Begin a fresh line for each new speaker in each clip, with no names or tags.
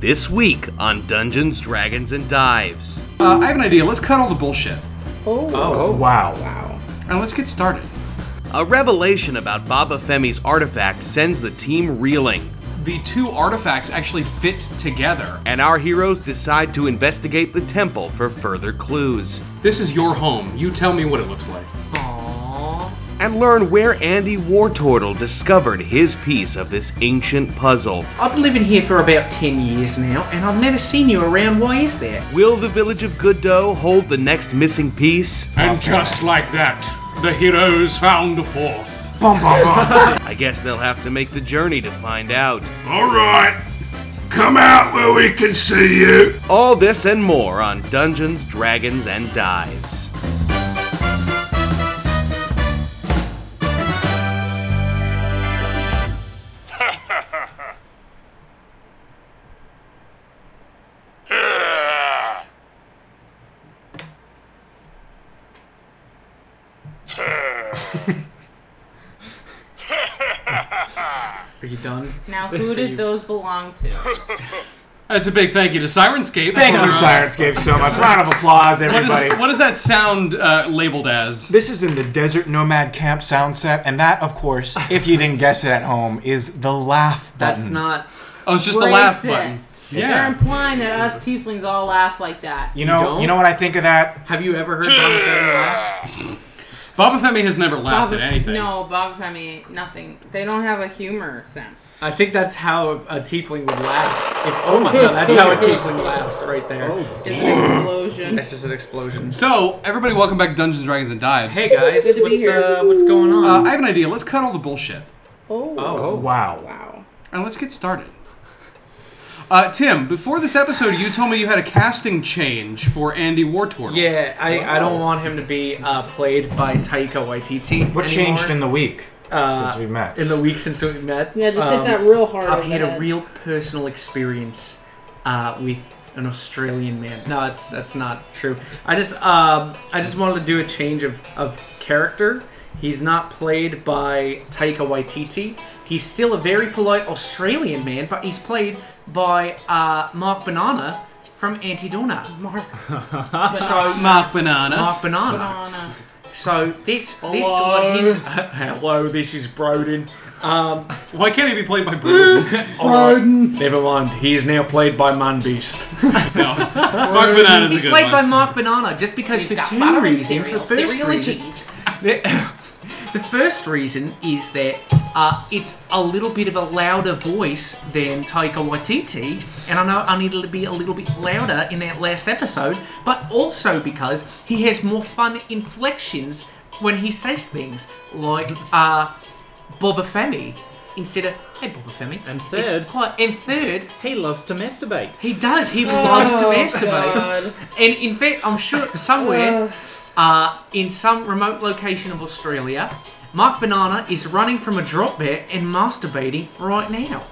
This week on Dungeons, Dragons, and Dives.
Uh, I have an idea. Let's cut all the bullshit
Wow. Wow.
and let's get started.
A revelation about Baba Femi's artifact sends the team reeling,
The two artifacts actually fit together.
and our heroes decide to investigate the temple for further clues
This is your home. You tell me what it looks like.
and learn where Andy Wartortle discovered his piece of this ancient puzzle.
I've been living here for about 10 years now, and I've never seen you around. Why is that?
Will the village of Good Dough hold the next missing piece?
And just like that, the heroes found a fourth.
I guess they'll have to make the journey to find out.
All right, come out where we can see you.
All this and more on Dungeons, Dragons, and Dives.
Are you done?
Now, who did those belong to?
That's a big thank you to Sirenscape.
Thank
for,
you,
uh,
Sirenscape, so much. Round of applause,
What
everybody.
is, what is that sound uh, labeled as?
This is in the Desert Nomad Camp sound set, and that, of course, if you didn't guess it at home, is the laugh button.
That's not.
Oh, it's just the laugh button.
Racist.
Yeah.
They're implying that us tieflings all laugh like that.
You know,
don't?
you know what I think of that?
Have you ever heard Donna Fairy laugh?
Baba Femi has never laughed
Baba,
at anything.
No, Baba Femi, nothing. They don't have a humor sense.
I think that's how a tiefling would laugh. If, oh my god, that's how a tiefling laughs right there.
It's an explosion.
That's just an explosion.
So, everybody, welcome back to Dungeons, Dragons, and Dives.
Hey guys,
Good to be
what's,
here.
uh, what's going on?
Uh, I have an idea. Let's cut all the bullshit
Oh,
oh,
Wow.
wow.
and let's get started. Uh, Tim, before this episode, you told me you had a casting change for Andy Wartortle.
yeah, I, I don't want him to be uh, played by Taika Waititi. anymore.
What changed in the week
Uh,
since we met?
in the week since we met?
Yeah, just
Um,
hit that real hard.
I've
over
had
the
a
head.
real personal experience uh, with an Australian man. No, that's that's not true. I just um, I just wanted to do a change of, of character. He's not played by Taika Waititi. He's still a very polite Australian man, but he's played by uh, Mark Banana from Antidona.
Mark
So
Mark Banana.
Mark Banana.
Bonana.
So this this is what he's hello. This is Broden. Um,
Why can't he be played by Bruce?
Broden. Never mind. He is now played by Man Beast.
Mark Banana's
He's
a good
played
one.
by Mark Banana just because
We've
for
got
two
butter and
reasons.
cereal,
The first
cereal and
reason,
cheese.
the, the first reason is that uh, it's a little bit of a louder voice than Taika Waititi, and I know I needed to be a little bit louder in that last episode, but also because he has more fun inflections when he says things like uh, Boba Femi instead of Hey Boba Femi.
And
It's
third-
quite, and third,
He loves to masturbate.
he does. He loves to
Oh,
masturbate.
God.
And in fact, I'm sure somewhere uh, in some remote location of Australia, Mark Banana is running from a drop bear and masturbating right now.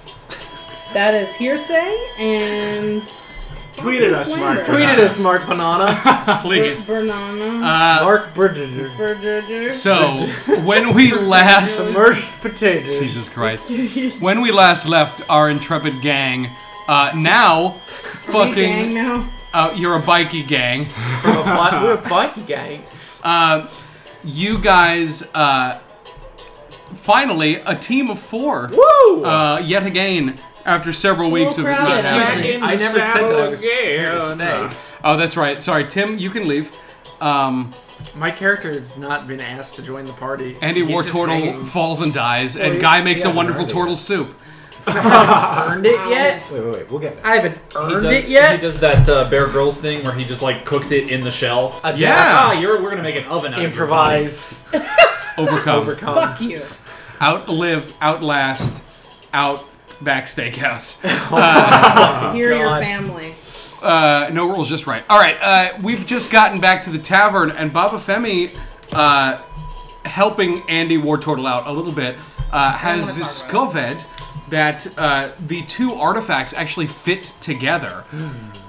That is hearsay and.
Tweet at us, Mark.
Slander.
Tweet at us, Mark Banana.
Please.
Banana.
Mark Banana.
Burger.
So, when we last.
Merged potatoes.
Jesus Christ. When we last left our intrepid gang, uh, now,
Hey, gang,
fucking.
now.
Uh, you're a bikey gang.
We're a bi- we're a bikie gang.
You guys, uh, finally, a team of four.
Woo!
Uh, yet again, after several weeks of.
crowded.
not
Back
happening.
I never said that I was here to
again.
stay.
Oh, that's right. Sorry, Tim, you can leave. Um,
My character has not been asked to join the party.
Andy
He's just
Wartortle
hanging.
falls and dies, and
he-
Guy
he
makes a
hasn't
wonderful
heard it
turtle
yet.
soup.
Earned it yet?
Wait, wait, wait. We'll get there.
I haven't
He
earned
does,
it yet.
he does that uh, Bear Grylls thing where he just like cooks it in the shell.
A
Yeah.
Ah, you're, we're gonna make an oven out of
improvise,
Overcome.
overcome.
Fuck you.
outlive, outlast, out back steakhouse.
You're your
God.
family.
Uh, no rules, just right. All right, uh, we've just gotten back to the tavern, and Baba Femi, uh, helping Andy Wartortle out a little bit, uh, has
wanna talk
discovered that uh, the two artifacts actually fit together.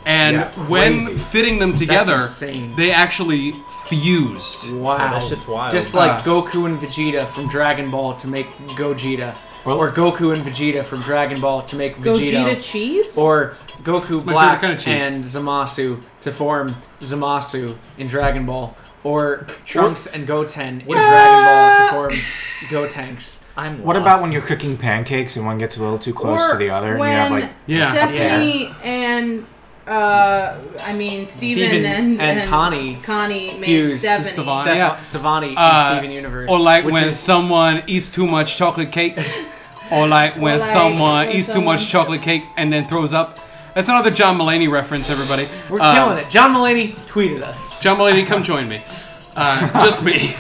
And
Yeah,
when
crazy.
fitting them together,
insane.
they actually fused.
Wow,
that shit's
Ah.
wild.
Just like Goku and Vegeta from Dragon Ball to make Gogeta.
Well-
or Goku and Vegeta from Dragon Ball to make Vegito,
Gogeta cheese?
or Goku
my favorite
Black
kind of cheese.
and Zamasu to form Zamasu in Dragon Ball, or Trunks and Goten in Dragon Ball to form Gotenks. I'm
What
lost.
about when you're cooking pancakes and one gets a little too close
Or
to the other
When
and you have like
Yeah.
Stephanie and uh, I mean Steven,
Steven
and,
and Connie
Connie made
fuse
Stephanie.
Stefani.
Stefan-
Yeah.
Stefani
Uh,
in Steven Universe?
Or like
which
when
is-
someone eats too much chocolate cake. or like when
Or like
someone
when
eats too much chocolate cake and then throws up. That's another John Mulaney reference, everybody. Um,
we're killing
uh,
it. John Mulaney tweeted us.
John Mulaney, come join me. Uh, just me.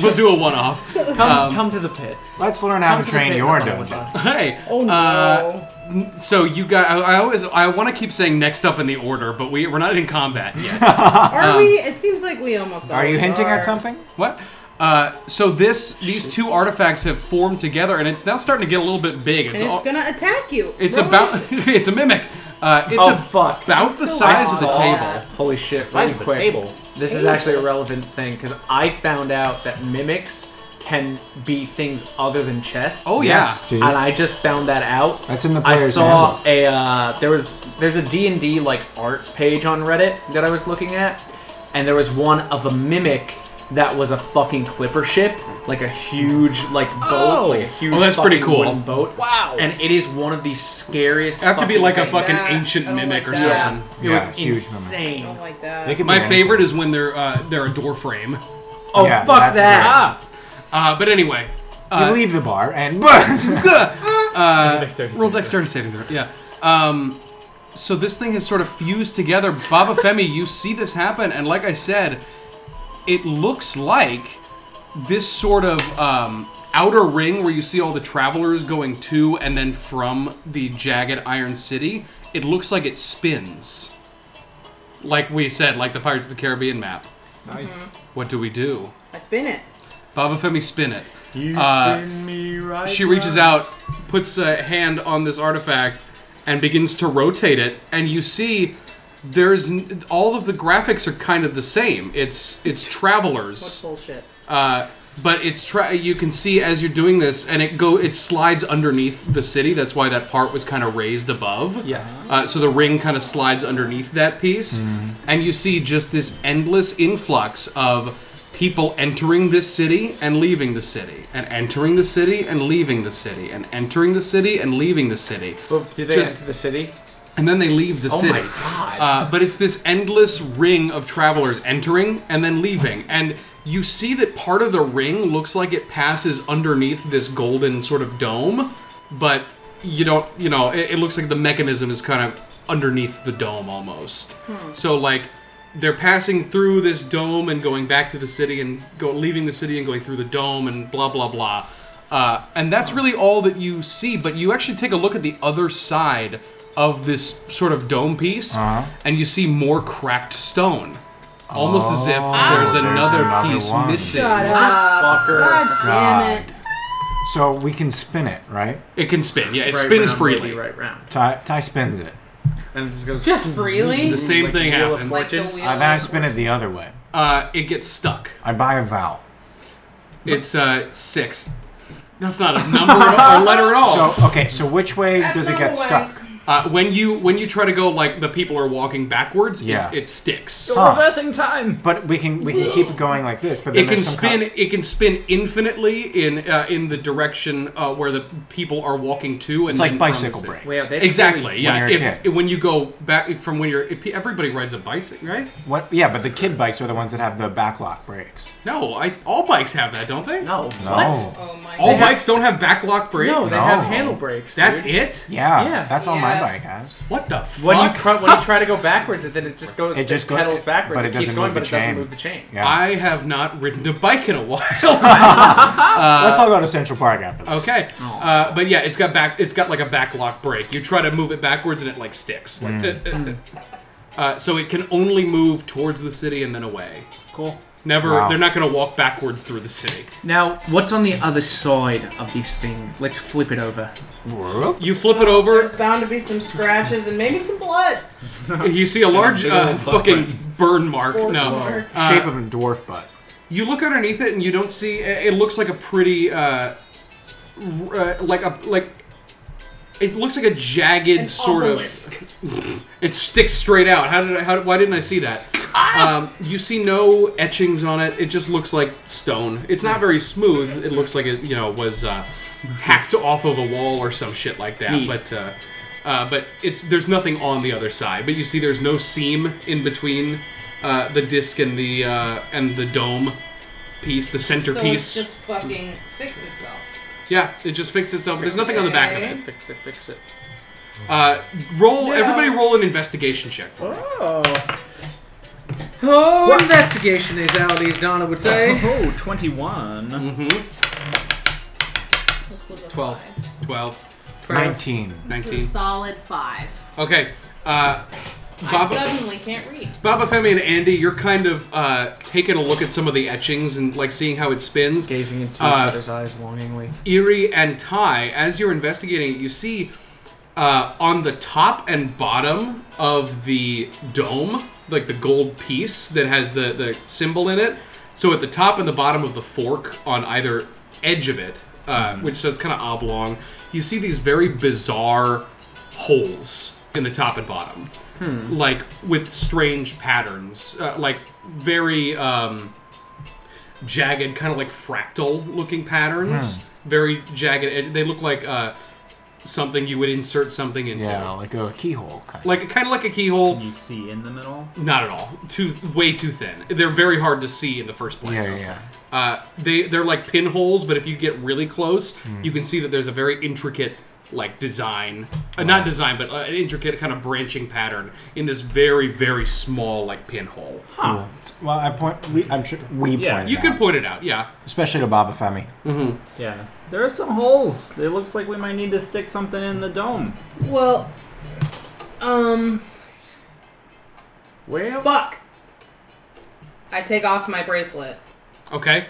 we'll do a one-off.
Come, come to the pit.
let's learn how
Come
to
the
train
pit
um, your
and huddle with
dojo.
us.
Hey.
Oh no.
uh, so you guys, I, I always, I want to keep saying next up in the order, but we we're not in combat yet.
are we? It seems like we almost
Are you
always
hinting
are.
at something?
what? Uh, so this, these two artifacts have formed together, and it's now starting to get a little bit big. It's,
And it's
all,
gonna attack you.
uh, it's
Roll
about, it's a mimic. Uh, it's
Oh,
a-
fuck.
about
I'm
the
so
size of the
sorry.
table.
Holy shit!
Size
really
of the
quick.
table.
This is actually a relevant thing because I found out that mimics can be things other than chests.
Oh yeah.
Yes, dude.
And I just found that out.
That's in the
I
player's
saw a uh, there was there's a D and D like art page on Reddit that I was looking at, and there was one of a mimic that was a fucking clipper ship, like a huge like boat,
Oh.
like a huge.
Well, that's pretty
fucking
cool.
wooden Boat.
Wow.
And it is one of the scariest.
I have to be
fucking
like a
things.
fucking
that. I
ancient
don't
mimic
like
or
that.
something.
It
Yeah,
was
huge number.
insane.
I don't like that.
They could
My
be
favorite
anything.
is when they're uh, they're a door frame.
Oh
Yeah,
fuck
that's
that!
Uh, but anyway,
you leave the bar and
Dexterity
roll
saving
dexterity saving throw. Yeah. Um, so this thing has sort of fused together. Baba Femi, you see this happen, and like I said, it looks like this sort of um, outer ring where you see all the travelers going to and then from the jagged iron city. It looks like it spins, like we said, like the Pirates of the Caribbean map.
throw. Nice.
What do we do?
I spin it.
Baba Femi spin it.
You
Uh,
spin me right.
She reaches out, puts a hand on this artifact, and begins to rotate it. And you see, there's n- all of the graphics are kind of the same. It's it's
What's
travelers,
bullshit?
uh, but it's tra- you can see as you're doing this, and it go it slides underneath the city. That's why that part was kind of raised above.
Yes. Mm-hmm.
Uh, so the ring kind of slides underneath that piece, and you see just this endless influx of people entering this city and leaving the city, and entering the city and leaving the city, and entering the city and leaving the city.
Oh, did they
Just-
enter the city?
And then they leave the city.
Oh my God.
Uh, but it's this endless ring of travelers entering and then leaving. And you see that part of the ring looks like it passes underneath this golden sort of dome, but you don't, you know, it, it looks like the mechanism is kind of underneath the dome almost. So, like, they're passing through this dome and going back to the city and go leaving the city and going through the dome and blah blah blah. Uh, and that's really all that you see. But you actually take a look at the other side of this sort of dome piece,
Uh-huh.
and you see more cracked stone, almost as if there's,
Oh, there's
another,
another
piece
one.
missing.
Shut up.
Fucker.
God damn it.
so we can spin it, right?
It can spin. Yeah, it
Right
spins
round,
freely.
baby, Right round.
Ty, Ty spins it.
And it just goes.
Just freely.
The same
Like
thing
Wheel of
happens.
Fortune.
Like the
Fortune.
wheel. Oh
Uh, then I spin it the other way.
Uh, it gets stuck.
I buy a vowel.
It's uh, six. That's not a number or letter at all.
So okay, so which way
That's
does it
not
get
the way.
stuck?
Uh, when you when you try to go like the people are walking backwards,
Yeah.
it, it sticks.
Huh.
Reversing time.
But we can we can keep it going like this. But then
It can
there's some
spin.
co-
It can spin infinitely in uh, in the direction uh, where the people are walking to, and then
it's like
from the
bicycle
city.
brake.
Wait, they
Exactly. Yeah.
you're a
If,
kid.
when you go back from when you're if everybody rides a bicycle, right?
What, yeah, but the kid bikes are the ones that have the backlock brakes.
No, I all bikes have that, don't they?
No.
No.
What?
Oh my
All
god.
bikes don't have backlock brakes.
No, they
No.
have handle brakes. dude.
That's it.
Yeah,
Yeah.
that's all my
Yeah.
bike has.
What the
When you,
fuck?
cr- when you try to go backwards, and then it just goes. It
It just
just
go-
pedals backwards.
but it
it, keeps
doesn't
going,
move
but
the
it doesn't
chain.
move the chain.
Yeah,
I have not ridden a bike in a while.
let's all go to Central Park after this.
Uh, Okay, uh, but yeah, it's got back. It's got like a backlock break. You try to move it backwards, and it like sticks. Like, uh, uh, uh. Uh, so it can only move towards the city and then away.
Cool.
Never.
Wow.
They're not going to walk backwards through the city.
Now, what's on the other side of this thing? Let's flip it over.
Whoop.
You flip it over.
There's bound to be some scratches and maybe some blood.
You see a large
bigger
uh,
than fuck
fucking burn mark.
Or
No,
mark.
Uh,
Shape of a dwarf butt.
you look underneath it and you don't see. It it looks like a pretty. Uh, uh, like a like it looks like a jagged sort of it sticks straight out how did I, how did- why didn't i see that
Ah!
um, you see no etchings on it it just looks like stone it's not very smooth it looks like it you know was uh, hacked off of a wall or some shit like that
Neat.
but uh, uh, but it's there's nothing on the other side but you see there's no seam in between uh, the disc and the uh, and the dome piece the
So
centerpiece
it's just fucking fix itself.
yeah, it just fixed itself. There's nothing on the back of
Okay.
it.
Fix it, fix it.
Uh, roll, everybody, roll an investigation check for me.
Oh. Oh, investigation is how these Donna would say. Oh,
Mm-hmm.
21.
This was a
12.
Five.
12,
19.
19.
It's a solid five.
Okay. Uh, Baba,
I suddenly can't read.
Baba Femi and Andy, you're kind of uh, taking a look at some of the etchings and like seeing how it spins.
Gazing into
Uh,
each other's eyes longingly.
Erie and Ty, as you're investigating it, you see uh, on the top and bottom of the dome, like the gold piece that has the, the symbol in it. So at the top and the bottom of the fork on either edge of it, uh, which so it's kind of oblong, you see these very bizarre holes in the top and bottom, like with strange patterns, uh, like very. Um, jagged, kind of like fractal looking patterns.
Hmm.
Very jagged. ed- They look like uh, something you would insert something into.
Yeah, like a keyhole kind
Like kind of like a keyhole.
You see in the middle.
Not at all. Too way too thin. They're very hard to see in the first
of. Yeah,
place.
yeah, yeah.
Uh, they they're like pinholes, but if you get really close,
Hmm.
you can see that there's a very intricate like design, uh, not design, but uh, an intricate kind of branching pattern in this very very small like pinhole.
Well, I point. We, I'm sure we
Yeah,
pointed
You
out,
can point it out, yeah.
especially to Baba Femi.
Yeah. There are some holes. It looks like we might need to stick something in the dome.
Well, um,
Well,
fuck. I take off my bracelet
Okay.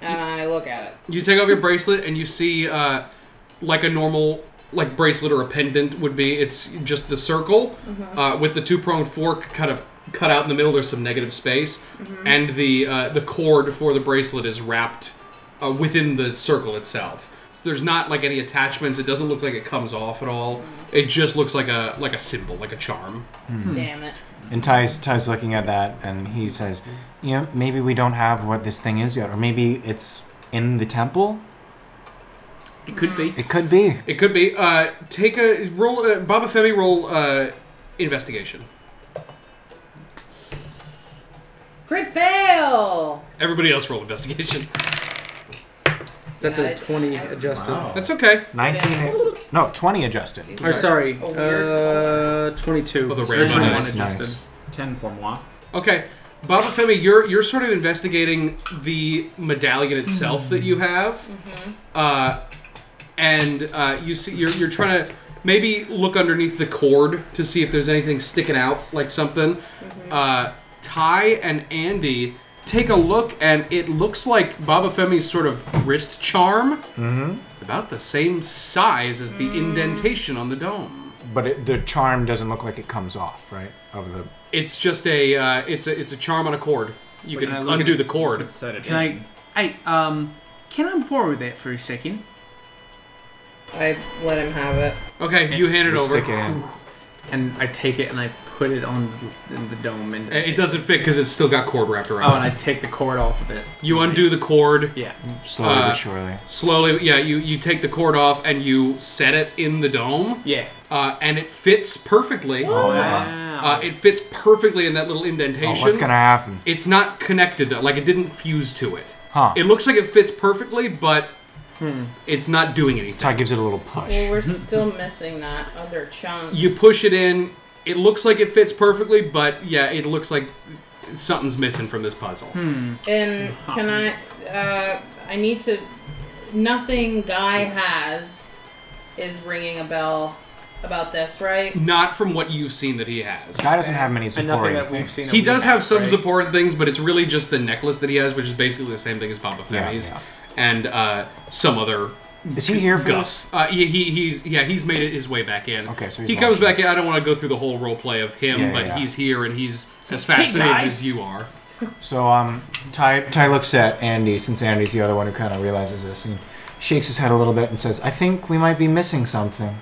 and I look at it.
You take off your bracelet and you see, uh, like a normal like bracelet or a pendant would be. It's just the circle uh, with the two pronged fork kind of cut out in the middle. There's some negative space, and the uh, the cord for the bracelet is wrapped uh, within the circle itself. So there's not like any attachments. It doesn't look like it comes off at all. It just looks like a like a symbol, like a charm.
Damn it.
And Ty's, Ty's looking at that and he says, you know, maybe we don't have what this thing is yet, or maybe it's in the temple?
It could be.
It could be.
It could be. Uh, take a roll. Uh, Baba Femi roll uh, investigation.
Crit fail.
Everybody else roll investigation.
that's
Yeah,
a
it's-
20
I-
adjusted.
That's okay.
19. No, 20 adjusted.
Or sorry,
A Oh, weird
uh, 22.
Oh, the
Or
random
21
dice.
adjusted.
Nice.
Ten pour moi.
Okay, Baba Femi, you're you're sort of investigating the medallion itself that you have, uh, and uh, you see you're you're trying to maybe look underneath the cord to see if there's anything sticking out like something. Uh, Ty and Andy take a look, and it looks like Baba Femi's sort of wrist charm, about the same size as the indentation on the dome.
But it, the charm doesn't look like it comes off, right? Of the.
It's just a uh, it's a it's a charm on a cord. You
I
can
look at
undo
it?
the cord.
Set it
Can I? Hey, um, can I borrow that for a second?
uh,
I let him have it.
Okay, you hand it
we
over. Uh,
Stick it in.
And I take it and I put it on the, in the dome. And,
It doesn't fit because it's still got cord wrapped
oh,
around.
and I take the cord off of it.
it. you undo the cord
Yeah.
Slowly
Uh,
but surely.
slowly. Yeah, you you take the cord off and you set it in the dome,
Yeah.
uh, and it fits perfectly.
Wow.
Uh, it fits perfectly in that little indentation.
Oh, what's gonna happen?
It's not connected though. Like it didn't fuse to it.
Huh. Hmm.
It looks like it fits perfectly, but it's not doing anything.
Ty gives it a little push.
Well, we're still missing that other chunk.
you push it in. It looks like it fits perfectly, but yeah, it looks like something's missing from this puzzle.
Hmm.
And can I? Uh, I need to. Nothing Guy has is ringing a bell about this, right?
Not from what you've seen that he has.
Guy doesn't have many
and nothing
supporting
that we've
things.
seen.
He does have some
right?
supporting things, but it's really just the necklace that he has, which is basically the same thing as Papa
Yeah,
Femi's,
yeah.
and uh, some other
Is he here for
guff. Uh, he, he, he's yeah, he's made it his way back in.
Okay, so he's
he comes
watching.
back in. I don't want to go through the whole role play of him,
Yeah, yeah,
but
yeah.
he's here and he's as fascinated
guys.
as you are.
this? So um, Ty Ty looks at Andy since Andy's the other one who kind of realizes this, and shakes his head a little bit and says, I think we might be missing something.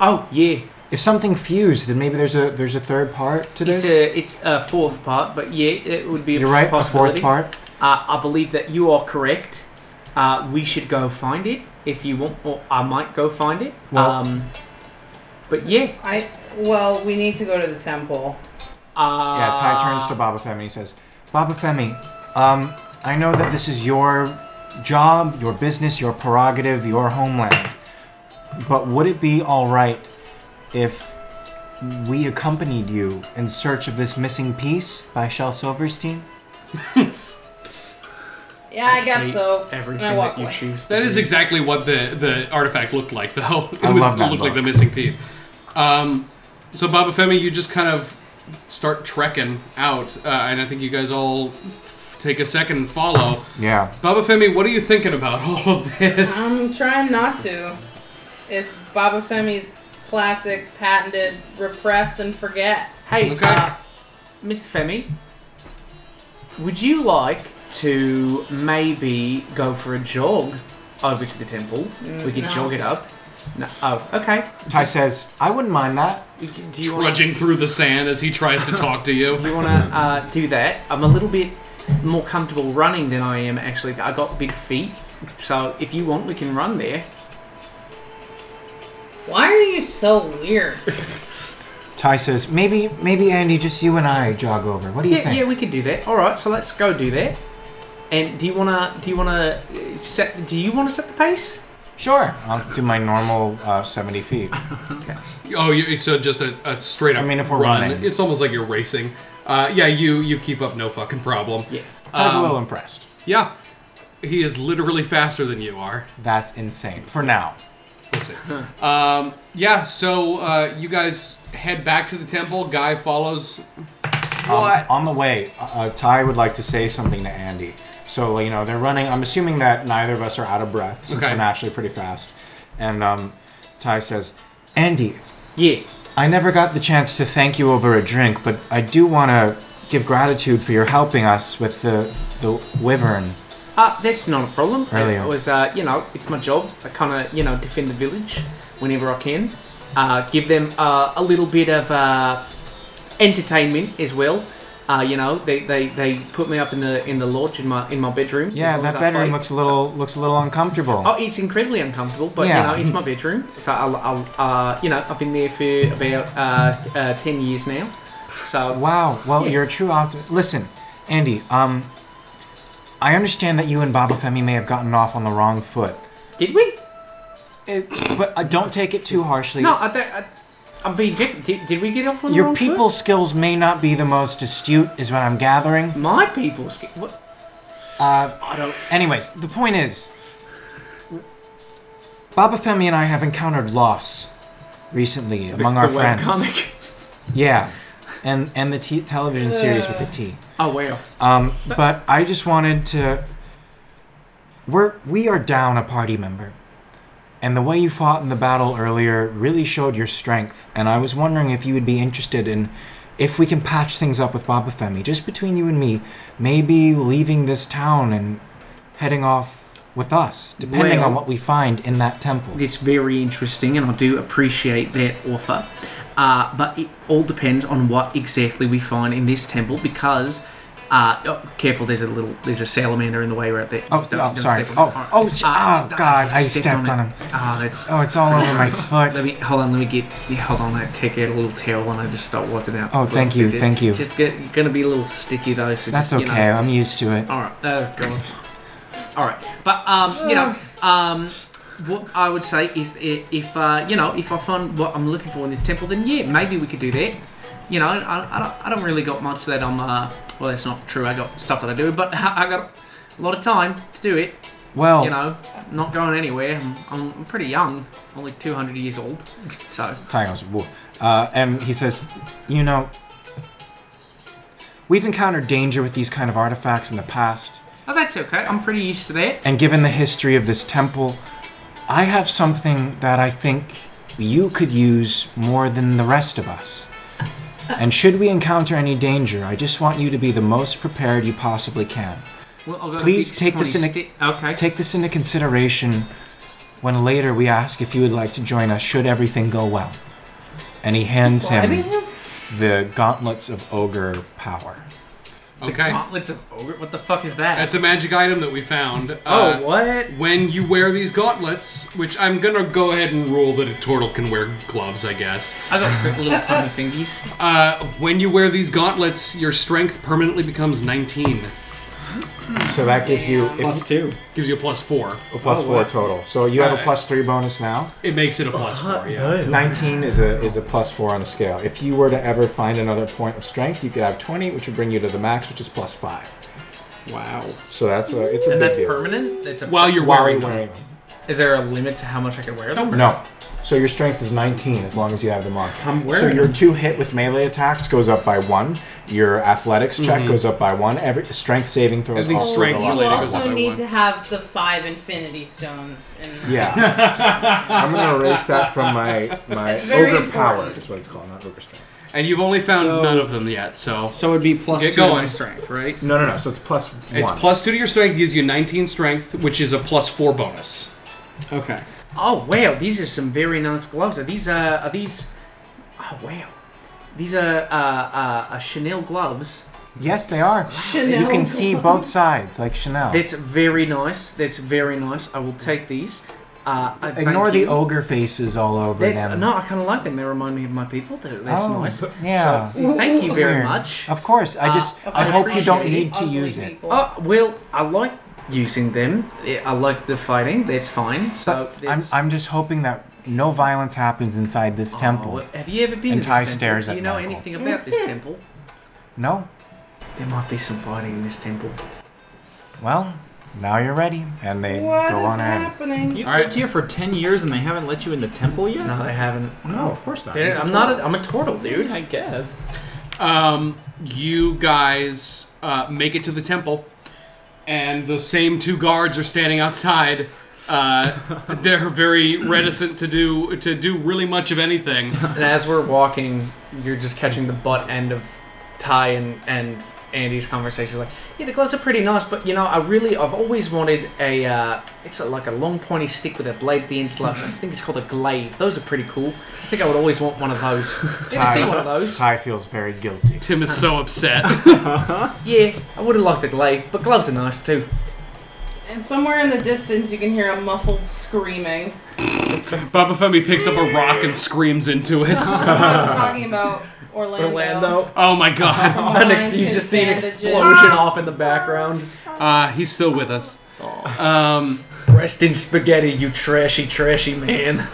Oh yeah,
If something fused, then maybe there's a there's a third part to
it's
this.
a it's a fourth part, but yeah, it would be a
You're right, a fourth
possibility.
part.
Uh, I believe that you are correct. Uh, we should go find it if you want, or I might go find it.
Well-
um, but yeah,
I well, we need to go to the temple.
uh,
Yeah, Ty turns to Baba Femi. He says, Baba Femi, um, I know that this is your job, your business, your prerogative, your homeland. But would it be all right if we accompanied you in search of this missing piece by Shel Silverstein?
Yeah, I, guess
hate
so.
Everything
and I walk
that you
away.
choose. to
That is
do.
exactly what the, the artifact looked like, though. It
I
was
love that
looked like the
look.
missing piece. Um, so, Baba Femi, you just kind of start trekking out, uh, and I think you guys all f- take a second and follow.
Yeah.
Baba Femi, what are you thinking about all of this?
I'm trying not to. It's Baba Femi's classic patented repress and forget.
Hey,
Okay.
uh, Miss Femi, would you like to maybe go for a jog over to the temple? we could
no.
jog it up. No. Oh, okay.
Ty says, I wouldn't mind that.
You can- Do you want
Trudging through the sand as he tries to talk to you.
you want to uh, do that? I'm a little bit more comfortable running than I am actually. I got big feet, so if you want, we can run there.
Why are you so weird?
Ty says, maybe, maybe Andy, just you and I jog over. What do you
Yeah,
think?
yeah, we could do that. All right, so let's go do that. And do you wanna? Do you wanna uh, set? Do you wanna set the pace?
Sure. I'll do my normal uh, 70 feet.
Oh, you, so just a, a straight up
I mean, if we're
run.
running.
It's almost like you're racing. Uh, yeah, you, you keep up no fucking problem.
Yeah.
Ty's
Um,
a little impressed.
Yeah. He is literally faster than you are.
That's insane. For now.
We'll see. Um, yeah, so uh, you guys head back to the temple. Guy follows.
Um,
What?
on the way, uh, uh, Ty would like to say something to Andy. So, like, you know, they're running. I'm assuming that neither of us are out of breath since
Okay.
we're naturally pretty fast. And um, Ty says, Andy,
Yeah.
I never got the chance to thank you over a drink, but I do want to give gratitude for your helping us with the, the wyvern.
Uh, that's not a problem.
Earlier.
It was, uh, you know, it's my job. I kind of, you know, defend the village whenever I can. Uh, give them uh, a little bit of uh, entertainment as well. Uh, you know, they, they, they put me up in the in the lodge in my in my bedroom. as
Yeah,
long as
that
I
bedroom
fight.
looks a little looks a little uncomfortable.
Oh, it's incredibly uncomfortable, but
Yeah.
you know, it's my bedroom. So I'll, I'll uh, you know, I've been there for about uh, uh, ten years now. So
Wow. Well,
Yeah.
you're a true optimist. Listen, Andy. Um, I understand that you and Baba Femi may have gotten off on the wrong foot.
did we?
It, but uh, don't take it too harshly.
No, I, don't- I, I'm being. gen- Did, did we get off on the
Your
wrong foot?
people skills may not be the most astute, is what I'm gathering.
My people's. What?
Uh,
I don't.
anyways, the point is, Baba Femi and I have encountered loss recently among our
the
friends.
webcomic.
Yeah, and and the t- television series with the T.
Oh wow.
Um, but I just wanted to. We're we are down a party member, and the way you fought in the battle earlier really showed your strength. And I was wondering if you would be interested in, if we can patch things up with Baba Femi, just between you and me, maybe leaving this town and heading off with us, depending on
Well-
what we find in that temple.
It's very interesting, and I do appreciate that offer. Uh, but it all depends on what exactly we find in this temple, because. Uh, oh, careful! There's a little, there's a salamander in the way right there.
Oh,
Don't-
oh,
don't
sorry.
step on it. Uh,
Oh, oh, sh- oh, God, I stepped on
it.
him.
Ah, that's.
Oh, it's all over my foot.
Let me hold on. Let me get. Yeah, hold on. I take out a little towel and I just start wiping out.
Oh,
the
thank
foot.
you, thank you.
Just get, gonna be a little sticky though. So
That's
just,
okay.
you know,
I'm
just-
used to it.
all right. Oh god. All right. But um, you know, um, what I would say is i- if uh, you know, if I find what I'm looking for in this temple, then yeah, maybe we could do that. You know, I, I, don't, I don't really got much that I'm. Uh, well, that's not true. I got stuff that I do, but I got a lot of time to do it.
Well,
You know, not going anywhere. I'm, I'm, I'm pretty young, only 200 years old. So
Tyos, woo. Uh, and he says, You know, we've encountered danger with these kind of artifacts in the past,
oh, that's okay. I'm pretty used to that.
and given the history of this temple, I have something that I think you could use more than the rest of us. And should we encounter any danger, I just want you to be the most prepared you possibly can.
Well, I'll go
Please
each
take this
20
into-
sti- okay.
Take this into consideration when later we ask if you would like to join us should everything go well. And he hands
Bribing
him
him?
the gauntlets of ogre power.
Okay.
Gauntlets of
oh,
ogre. What the fuck is that?
That's a magic item that we found. Uh,
Oh, what?
When you wear these gauntlets, which I'm gonna go ahead and rule that a turtle can wear gloves, I guess.
I got quick little tiny fingies.
Uh, when you wear these gauntlets, your strength permanently becomes 19.
So that gives you if
Plus two.
Gives you a plus four.
a plus four total. So you have a
Uh,
plus three bonus now.
It makes it a
Uh,
plus four. Yeah.
Nineteen is a is a plus four on the scale. If you were to ever find another point of strength, you could have twenty, which would bring you to the max, which is plus five.
Wow.
So that's a it's a
And
big
that's
deal.
permanent. That's a.
While you're
While
wearing
you're
them.
wearing them.
is there a limit to how much I can wear them?
No. So your strength is 19 as long as you have them on.
I'm
so
wearing
your two hit with melee attacks goes up by one. Your athletics check goes up by one. Every strength saving throws.
think
also
strength
go
you
up.
You
Lady goes up
also
by
need
one.
to have the five infinity stones. In
Yeah. I'm gonna erase that from my my
It's very
ogre power
important.
is what it's called, not ogre strength.
And you've only found none of them yet, so
So it'd be plus
get
two to
going.
my strength, right?
No, no, no. So it's plus one.
It's plus two to your strength, gives you 19 strength, which is a plus four bonus.
Okay.
Oh wow, these are some very nice gloves. Are these uh are these oh wow. These are uh, uh, uh, Chanel gloves.
Oh.
Yes, they are.
Chanel
you can see both
gloves.
sides, like Chanel.
That's very nice. That's very nice. I will take these. Uh, I thank
Ignore the
you.
ogre faces all over
That's,
them.
no, I kind of like them. They remind me of my people. They're- That's
Oh,
nice.
Yeah.
Thank you very
Weird.
much.
Of course. I just
of
I hope you don't
appreciating
need to
ugly
use it.
people.
Oh well, I like using them. I I like the fighting. That's fine. So
I'm,
that's,
I'm just hoping that no violence happens inside this temple.
Oh, have you ever been
And
to
Ty
this temple?
stares
Do
at
you know
Michael.
anything about this temple?
No?
There might be some fighting in this temple.
Well, now you're ready. And they
What
go
is
on at it.
happening?
You've
All right.
lived here for ten years and they haven't let you in the temple yet.
No, they haven't.
No, of course not.
Dude,
He's a
I'm
troll.
not. A, I'm a turtle, dude.
I guess.
Um, you guys uh, make it to the temple, and the same two guards are standing outside. Uh, they're very reticent to do to do really much of anything.
And as we're walking, you're just catching the butt end of Ty and, and Andy's conversation. Like, yeah, the gloves are pretty nice, but you know, I really, I've always wanted a, uh, it's a, like a long pointy stick with a blade at the end. Like, I think it's called a glaive. Those are pretty cool. I think I would always want one of those. Did you ever see one of those?
Ty feels very guilty.
Tim is so upset.
Yeah, I would have liked a glaive, but gloves are nice too.
And somewhere in the distance, you can hear a muffled screaming.
Baba Femi picks up a rock and screams into it.
I was talking about Orlando.
Orlando.
Oh my god!
Mine
Next, you
his
just see an
bandages.
explosion off in the background.
Uh, he's still with us. Um,
Rest in spaghetti, you trashy, trashy man.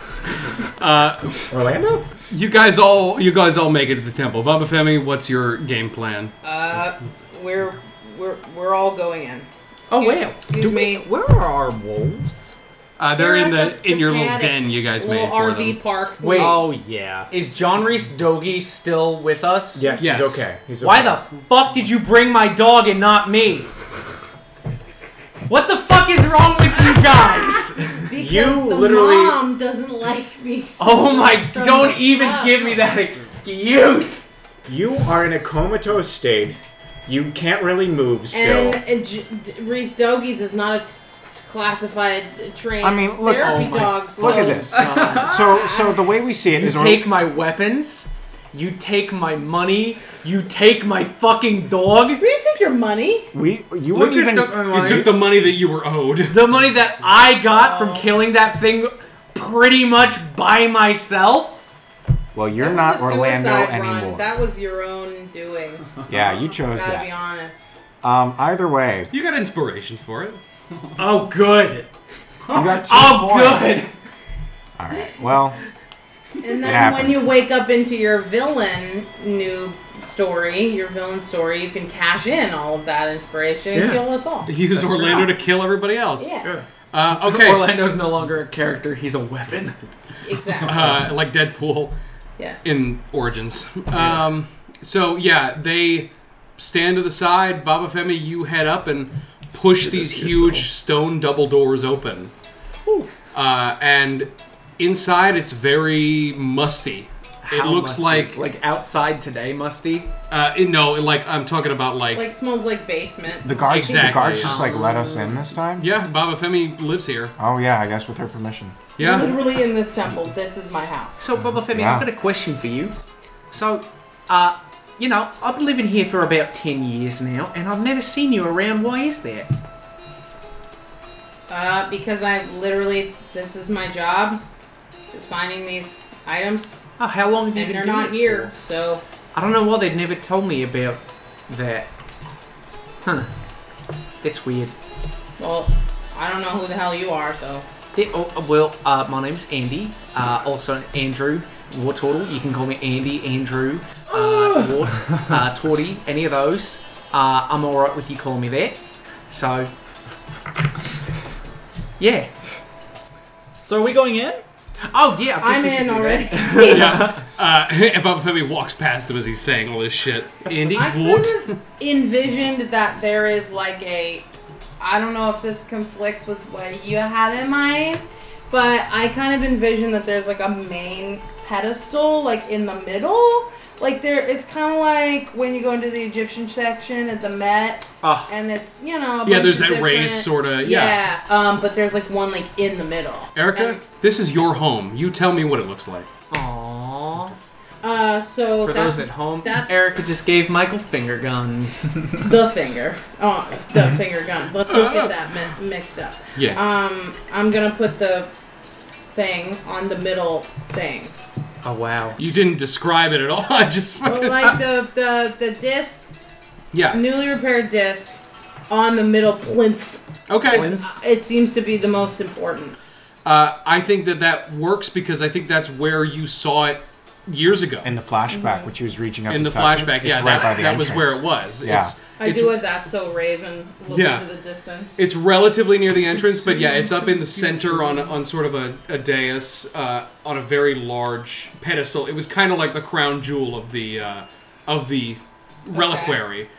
Orlando?
you guys all you guys all make it to the temple. Baba Femi, what's your game plan?
Uh, we're we're we're all going in.
Oh
Excuse-
wait,
excuse
do
me.
we? Where are our wolves?
Uh, they're, in the, in your little
attic,
den you guys made
little
for
RV
them.
park.
Wait.
Oh yeah.
Is John Reese Dogi still with us?
Yes,
Yes.
he's okay. He's okay.
Why the fuck did you bring my dog and not me? What the fuck is wrong with you guys?
Because
You
the
literally-
mom doesn't like me. So
Oh my,
from
don't
the
even
top.
give me that excuse.
You are in a comatose state. You can't really move still.
And, and J- D- Reese Dogies is not a t- t- classified uh, trained
I mean, look-
therapy
oh my-
dog. so
Look at this. so, so the way we see it
You
is Or-
take my weapons, you take my money, you take my fucking dog,
We didn't take your money.
we you wouldn't even
You took the um, money that you were owed.
the money that I got
Oh.
from killing that thing pretty much by myself.
Well, you're not
That was a
Orlando
suicide
anymore.
Run. That was your own doing.
yeah, you chose
Gotta be
that.
honest.
Um, either way, you
You got inspiration for it.
Oh, good.
got two
Oh,
points.
good.
All right. Well,
And
It
then
happened.
when you wake up into your villain new story, your villain story, you can cash in all of that inspiration and
Yeah.
kill us all.
Use Orlando to kill everybody else.
Yeah,
Uh, okay.
Orlando's no longer a character, he's a weapon.
exactly.
Uh, like Deadpool
yes.
in Origins. Um, so yeah, they stand to the side. Baba Femi, you head up and push these huge stone double doors open. Uh, and inside, it's very musty.
How
looks
musty?
like-
like outside today, musty.
Uh, it- no, like I'm talking about like,
Like smells like basement.
The guards,
Exactly.
the guards just like let us in this time.
yeah, Baba Femi lives here.
Oh yeah, I guess with her permission.
Yeah,
Literally in this temple. This is my house.
So, Baba Femi,
Yeah.
I've got a question for you. So, uh, you know, I've been living here for about 10 years now, and I've never seen you around. Why is that?
Uh, because I literally this is my job, is finding these items,
Oh, how long have you
and
been
they're
doing
not
it
here.
for?
So
I don't know why they'd never told me about that. Huh. That's weird.
well, I don't know who the hell you are. So
Yeah, oh, uh, well, uh, my name's Andy, uh, also Andrew War Turtle. You can call me Andy, Andrew, uh, Wart, uh, Torty, any of those. Uh, I'm alright with you calling me that. So, yeah.
So are we going in?
Oh, yeah. I guess
I'm
we should
in
do that.
already.
yeah. Uh, and Baba Femi walks past him as he's saying all this shit. Andy,
I
what?
kind of envisioned that there is like a. I don't know if this conflicts with what you had in mind, but I kind of envision that there's like a main pedestal, like in the middle. Like there, it's kind of like when you go into the Egyptian section at the Met,
Ah.
and it's you know. a
Yeah,
bunch
there's
of
that raised
different-
sorta- yeah.
Yeah, um, but there's like one like in the middle.
Erica,
And,
this is your home. You tell me what it looks like.
Aww.
uh, so
For
that's
those at home,
that's-
Erica just gave Michael finger guns.
the finger. Oh, the finger gun. Let's not get that mi- mixed up.
Yeah.
Um, I'm gonna put the thing on the middle thing.
oh wow.
You didn't describe it at all. I just
Well,
fucking
like the the the disc,
yeah.
newly repaired disc, on the middle plinth.
Okay.
It seems to be the most important.
Uh, I think that that works because I think that's where you saw it years ago
In the
Mm-hmm.
flashback, which he was reaching up
in
to
the
touch it,
flashback.
it's
Yeah,
right
that,
by the
that was where it
entrance.
was.
Yeah.
It's,
I
it's,
do a that's so Raven look
Yeah.
into the distance.
it's relatively near the entrance, but yeah, it's up in the center on on sort of a, a dais uh, on a very large pedestal. It was kind of like the crown jewel of the uh, of the reliquary.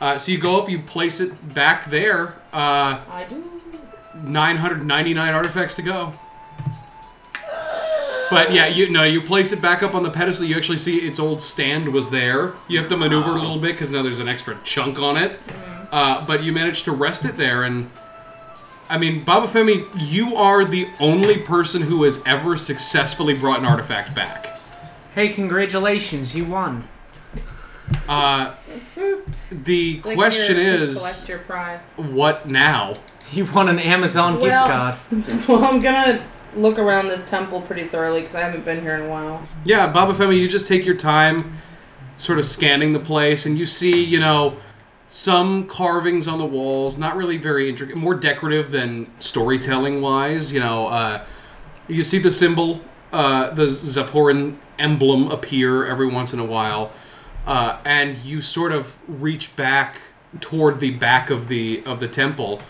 Uh, so you go up, you place it back there. Uh,
I do.
999 artifacts to go. But yeah, you no, you place it back up on the pedestal. You actually see its old stand was there. You have to maneuver a little bit because now there's an extra chunk on it. Uh, but you managed to rest it there, and I mean, Baba Femi, you are the only person who has ever successfully brought an artifact back.
Hey, congratulations, you won.
Uh, the
Like
question
your-
is,
collect your prize.
what now?
You won an Amazon gift card.
Well, well, I'm gonna look around this temple pretty thoroughly because I haven't been here in a while.
Yeah, Baba Femi, you just take your time sort of scanning the place and you see, you know, some carvings on the walls, not really very intricate, more decorative than storytelling wise. You know, uh, you see the symbol, uh, the Zaporin emblem appear every once in a while, uh, and you sort of reach back toward the back of the of the temple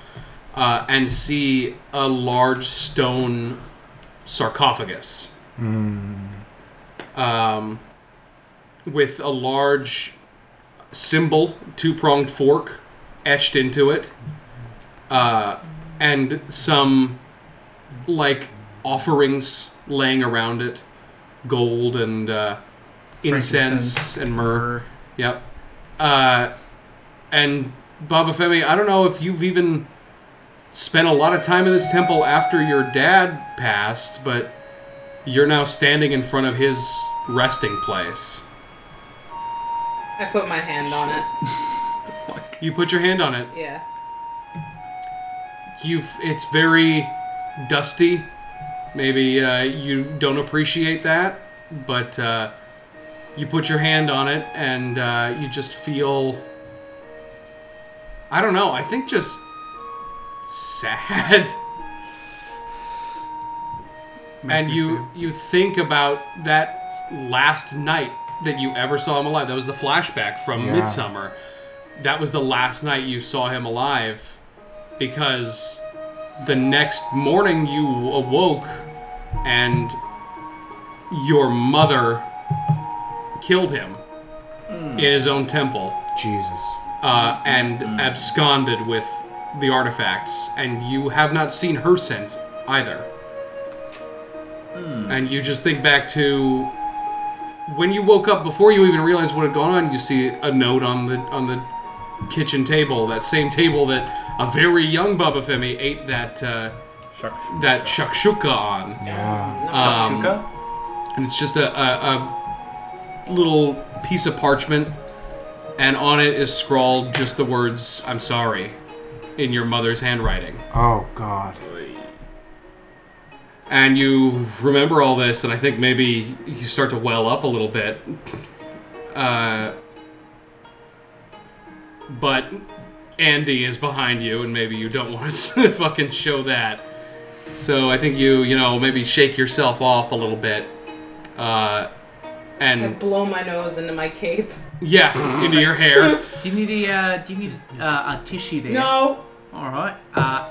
uh, and see a large stone sarcophagus um, with a large symbol, two pronged fork etched into it, uh, and some like offerings laying around it gold and uh, incense
Frankincense.
and myrrh. Yep. Uh, and Baba Femi, I don't know if you've even spent a lot of time in this temple after your dad passed, but you're now standing in front of his resting place.
I put my hand on it.
You put your hand on it.
Yeah.
You've it's very dusty. Maybe uh, you don't appreciate that, but uh, you put your hand on it and uh, you just feel. I don't know. I think just sad. and you you think about that last night that you ever saw him alive. That was the flashback from
Yeah.
Midsummer. That was the last night you saw him alive, because the next morning you awoke and your mother killed him in his own temple
Jesus.
uh, and absconded with the artifacts, and you have not seen her since either. And you just think back to when you woke up before you even realized what had gone on, you see a note on the on the kitchen table, that same table that a very young Baba Femi ate that uh,
Shakshuka.
that shakshuka on.
Yeah.
Um, and it's just a, a, a little piece of parchment, and on it is scrawled just the words "I'm sorry," in your mother's handwriting.
Oh God.
And you remember all this, and I think maybe you start to well up a little bit. Uh, but Andy is behind you, and maybe you don't want to fucking show that. So I think you, you know, maybe shake yourself off a little bit. Uh,
I
and
blow my nose into my cape.
yeah, into your hair.
Do you need a uh, do you need uh, a tissue there?
No.
All right. Uh,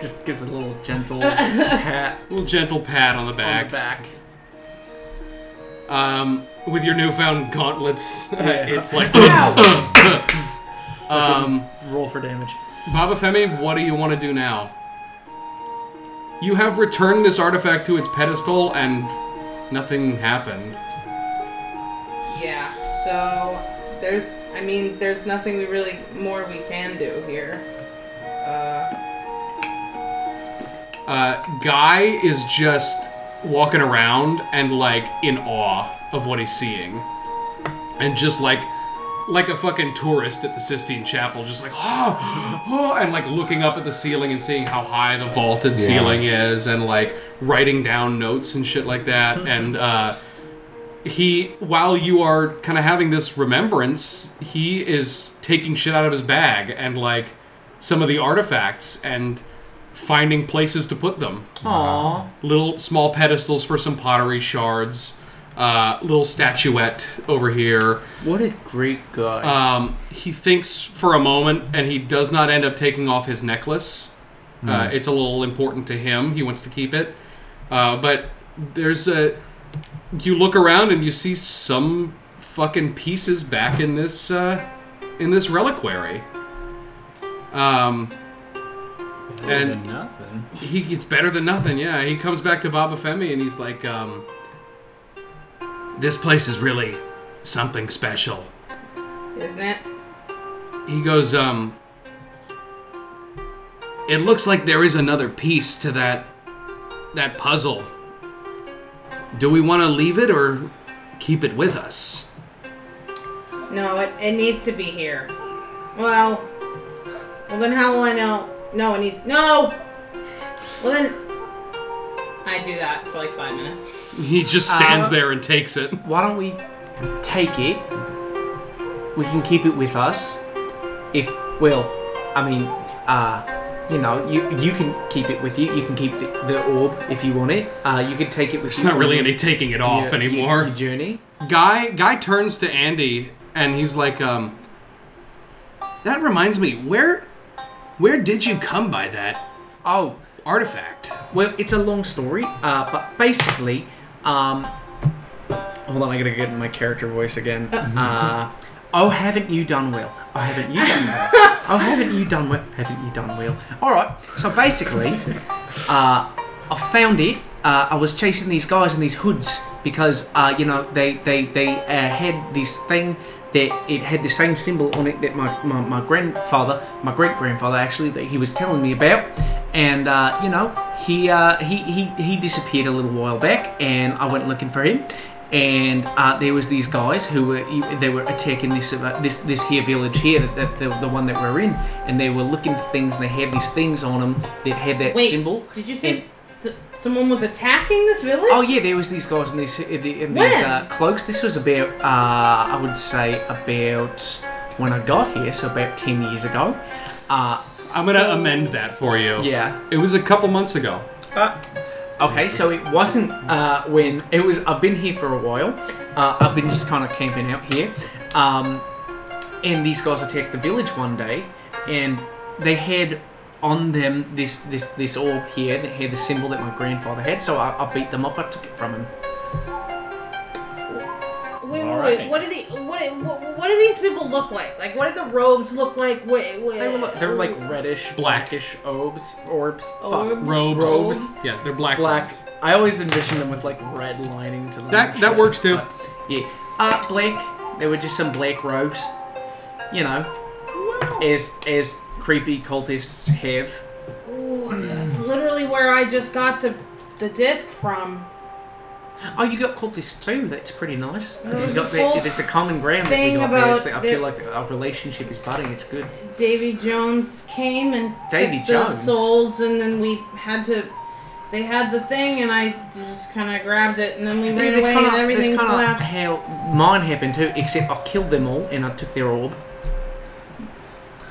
Just gives a little gentle pat
little gentle pat on the
on
back.
the back.
Um, with your newfound gauntlets, it's like. um,
Roll for damage.
Baba Femi, what do you want to do now? You have returned this artifact to its pedestal and nothing happened.
Yeah. So there's, I mean, there's nothing we really more we can do here. Uh,
Uh, Guy is just walking around and like in awe of what he's seeing. And just like like a fucking tourist at the Sistine Chapel, just like oh, oh and like looking up at the ceiling and seeing how high the vaulted ceiling is and like writing down notes and shit like that. and uh he while you are kind of having this remembrance, he is taking shit out of his bag and like some of the artifacts and finding places to put them.
Aww.
Little small pedestals for some pottery shards. Uh, little statuette over here.
What a great guy.
Um, he thinks for a moment, and he does not end up taking off his necklace. Uh, it's a little important to him. He wants to keep it, uh, but there's a. You look around and you see some fucking pieces back in this uh, in this reliquary. Um, and
nothing.
he gets better than nothing. Yeah, he comes back to Baba Femi and he's like, um, "This place is really something special."
isn't it?
He goes, um, "It looks like there is another piece to that that puzzle. Do we want to leave it or keep it with us?"
No, it, it needs to be here. Well, well then how will I know? No, it needs no. Well then, I do that for like five minutes.
He just stands
Uh,
there and takes it.
why don't we take it? We can keep it with us. If well, I mean, uh, you know, you you can keep it with you. You can keep the, the orb if you want it. Uh, you could take it with.
It's not really any taking it off anymore.
Your journey.
Guy guy turns to Andy and he's like, um, "That reminds me, where, where did you come by that
Oh,
artifact?"
Well, it's a long story, uh, but basically, um, hold on, I gotta get my character voice again. Uh, oh, haven't you done well? Oh, haven't you done well? Oh, haven't you done well? Haven't you done well? All right. So basically, uh, I found it. Uh, I was chasing these guys in these hoods because uh, you know they they they uh, had this thing that it had the same symbol on it that my, my, my grandfather, my great grandfather actually, that he was telling me about, and uh, you know he, uh, he he he disappeared a little while back, and I went looking for him, and uh, there was these guys who were e, they were attacking this uh, this this here village here that, that the, the one that we're in, and they were looking for things and they had these things on them that had that
Wait,
symbol.
did you say
And-
s- s- someone was attacking this village?
Oh yeah, there was these guys in these in the- in these
When?
uh, cloaks. This was about uh, I would say about when I got here, so about ten years ago. Uh,
I'm gonna amend that for you.
yeah.
it was a couple months ago.
Okay, so it wasn't uh, when it was. I've been here for a while. Uh, I've been just kind of camping out here, um, and these guys attacked the village one day, and they had on them this this this orb here that had the symbol that my grandfather had. So I, I beat them up. I took it from him.
Wait,
All
wait, wait.
right.
What do the what, what what do these people look like? Like, what do the robes look like? Wait, wait.
They were, li- they're like reddish,
Black.
blackish orbs. Orbs.
Orbs?
Fuck.
Robes.
Robes.
Yeah, they're black.
Black.
robes.
I always envision them with like red lining to them.
That-
and
that
shit,
works, too.
but- yeah. Uh, black. They were just some black robes. You know, as as creepy cultists have.
Ooh, that's literally where I just got the the disc from.
Oh, you got cultists too. That's pretty nice.
There was
You got
this
that-
whole
there's a common ground that we
thing
got
about
there. So I feel
the-
like our relationship is budding. It's good.
Davy Jones came and
Davy
took the
Jones?
souls, and then we had to. They had the thing, and I just kind of grabbed it, and then we ran
that's
away,
kinda-
and everything
that's kinda
collapsed.
how mine happened too. Except I killed them all and I took their orb.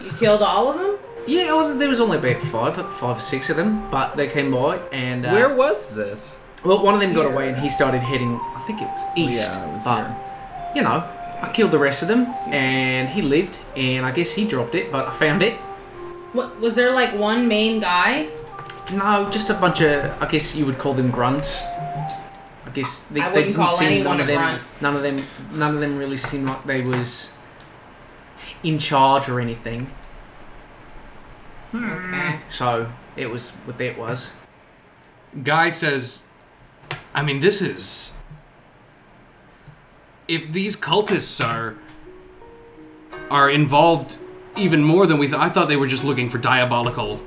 You killed all of them.
Yeah, well, there was only about five, five or six of them, but they came by and uh,
Where was this?
well, one of them got away and he started heading. I think Oh, it was east.
Oh, it was
but,
here.
You know, I killed the rest of them and he lived, and I guess he dropped it, but I found it.
What was there like one main guy?
No, just a bunch of. I guess you would call them grunts. I guess they,
I
they
wouldn't
didn't
call
seem
anyone
none of
a
them.
grunt.
None of them. None of them really seemed like they was in charge or anything.
Okay.
So it was what that was.
Guy says, I mean, this is. If these cultists are. are involved even more than we thought. I thought they were just looking for diabolical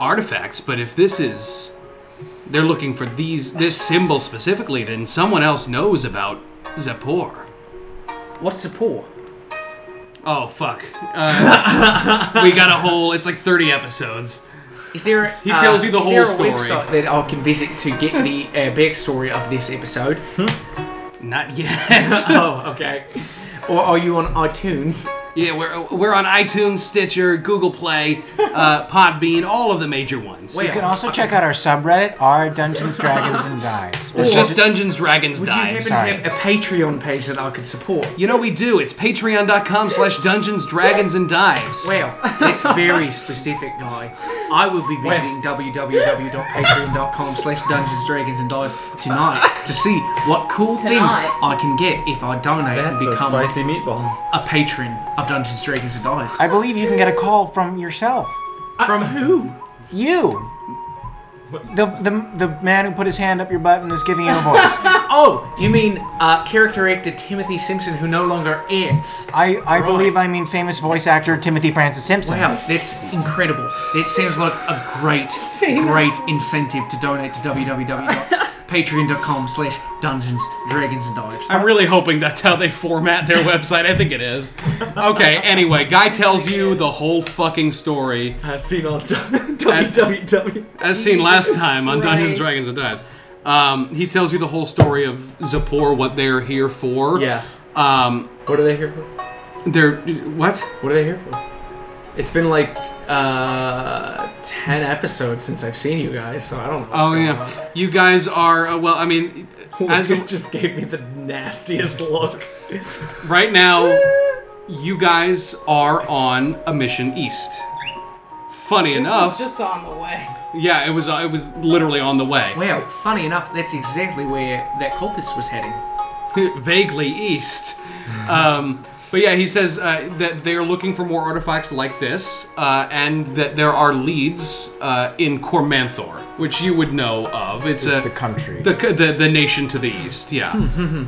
artifacts, but if this is. they're looking for these this symbol specifically, then someone else knows about Zepor.
What's the poor?
Oh, fuck. Uh, we got a whole. It's like 30 episodes.
Is there?
He tells you the
is
whole
there a
story.
website that I can visit to get the uh, backstory of this episode.
Not yet.
oh, okay. Or are you on iTunes?
Yeah, we're we're on iTunes, Stitcher, Google Play, uh, Podbean, all of the major ones.
Wait,
You can also check out our subreddit, our Dungeons, Dragons, and Dives.
it's just Dungeons Dragons
Would
Dives.
you happen to have a Patreon page that I could support?
You know we do. It's patreon.com slash dungeons, dragons, and dives.
Well, that's very specific, guy. I will be visiting www.patreon.com slash Dungeons, Dragons, and Dives tonight to see what cool things
Tonight.
I can get if I donate
That's
and
a
become
spicy meatball.
a patron of Dungeons, Dragons, and Dives.
I believe you can get a call from yourself.
From who?
You. The, the, the man who put his hand up your butt and is giving you a voice.
Oh, you mean uh, character actor Timothy Simpson, who no longer acts?
I, I believe I mean famous voice actor Timothy Francis Simpson.
Wow, that's incredible. That sounds like a great, great incentive to donate to www.patreon.com slash Dungeons, Dragons, and Dives.
I'm really hoping that's how they format their website. I think it is.
Okay, anyway, Guy tells you the whole fucking story
I've seen on www.
as seen last time on Dungeons,
Christ.
Dragons, and Dives. Um, he tells you the whole story of Zapor, what they're here for.
Yeah.
Um,
What are they here for?
they're. What?
What are they here for? It's been like uh, ten episodes since I've seen you guys, so I don't know. What's
Oh,
going
yeah. You guys are. Uh, well, I mean,
on.
as
Lucas just gave me the nastiest look.
Right now, you guys are on a mission east. Funny enough,
This was just on the way.
yeah, it was uh, it was literally on the way,
Well, funny enough, that's exactly where that cultist was heading.
vaguely east. Um, but yeah, he says uh, that they are looking for more artifacts like this, uh, and that there are leads uh, in Cormanthor, which you would know of. It's,
It's
a
the country.
the, c- the the nation to the east, yeah,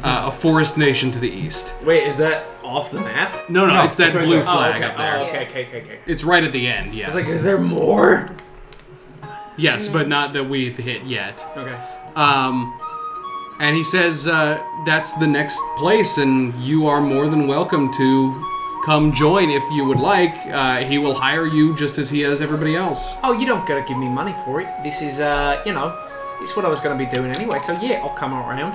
uh, a forest nation to the east.
Wait, is that off the map?
No, no, it's that
it's right
blue
there.
Oh,
flag
okay.
up there.
Oh, okay, okay, okay, okay.
It's right at the end. Yes.
It's like, is there more?
Yes, but not that we've hit yet.
Okay.
Um, and he says uh, that's the next place, and you are more than welcome to come join if you would like. Uh, he will hire you just as he has everybody else.
Oh, you don't gotta give me money for it. This is, uh, you know, it's what I was gonna be doing anyway. So yeah, I'll come around.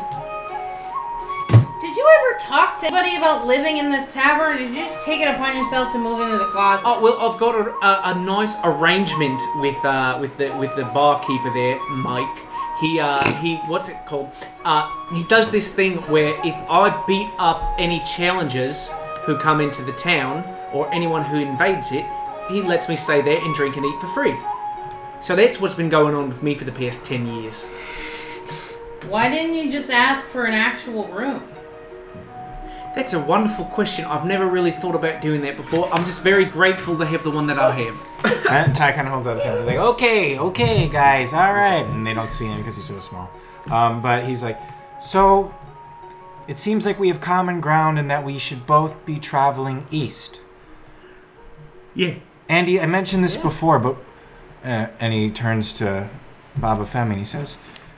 Did you ever talk to anybody about living in this tavern? Or did you just take it upon yourself to move into the closet?
Oh well, I've got a, a, a nice arrangement with uh, with the with the barkeeper there, Mike. He uh, he what's it called? Uh, he does this thing where if I beat up any challengers who come into the town or anyone who invades it, he lets me stay there and drink and eat for free. So that's what's been going on with me for the past ten years.
Why didn't you just ask for an actual room?
That's a wonderful question. I've never really thought about doing that before. I'm just very grateful to have the one that I have.
And Ty kind of holds out his hands. He's like, okay, okay, guys, all right. And they don't see him because he's so small. Um, but he's like, so it seems like we have common ground in that we should both be traveling east.
Yeah.
Andy, I mentioned this before, but. Uh, and he turns to Baba Femi and he says,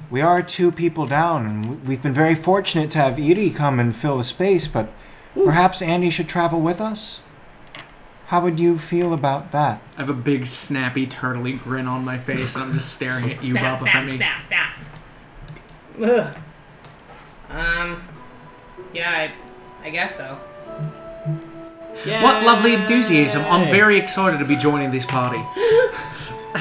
We are two people down, and we- we've been very fortunate to have Iri come and fill the space, but perhaps Andy should travel with us? How would you feel about that?
I have a big snappy turtly grin on my face, and I'm just staring at you,
Snap,
Baba
snap,
Femi.
snap, snap. Ugh. Um. Yeah, I, I guess so.
What lovely enthusiasm! I'm very excited to be joining this party.
Ah.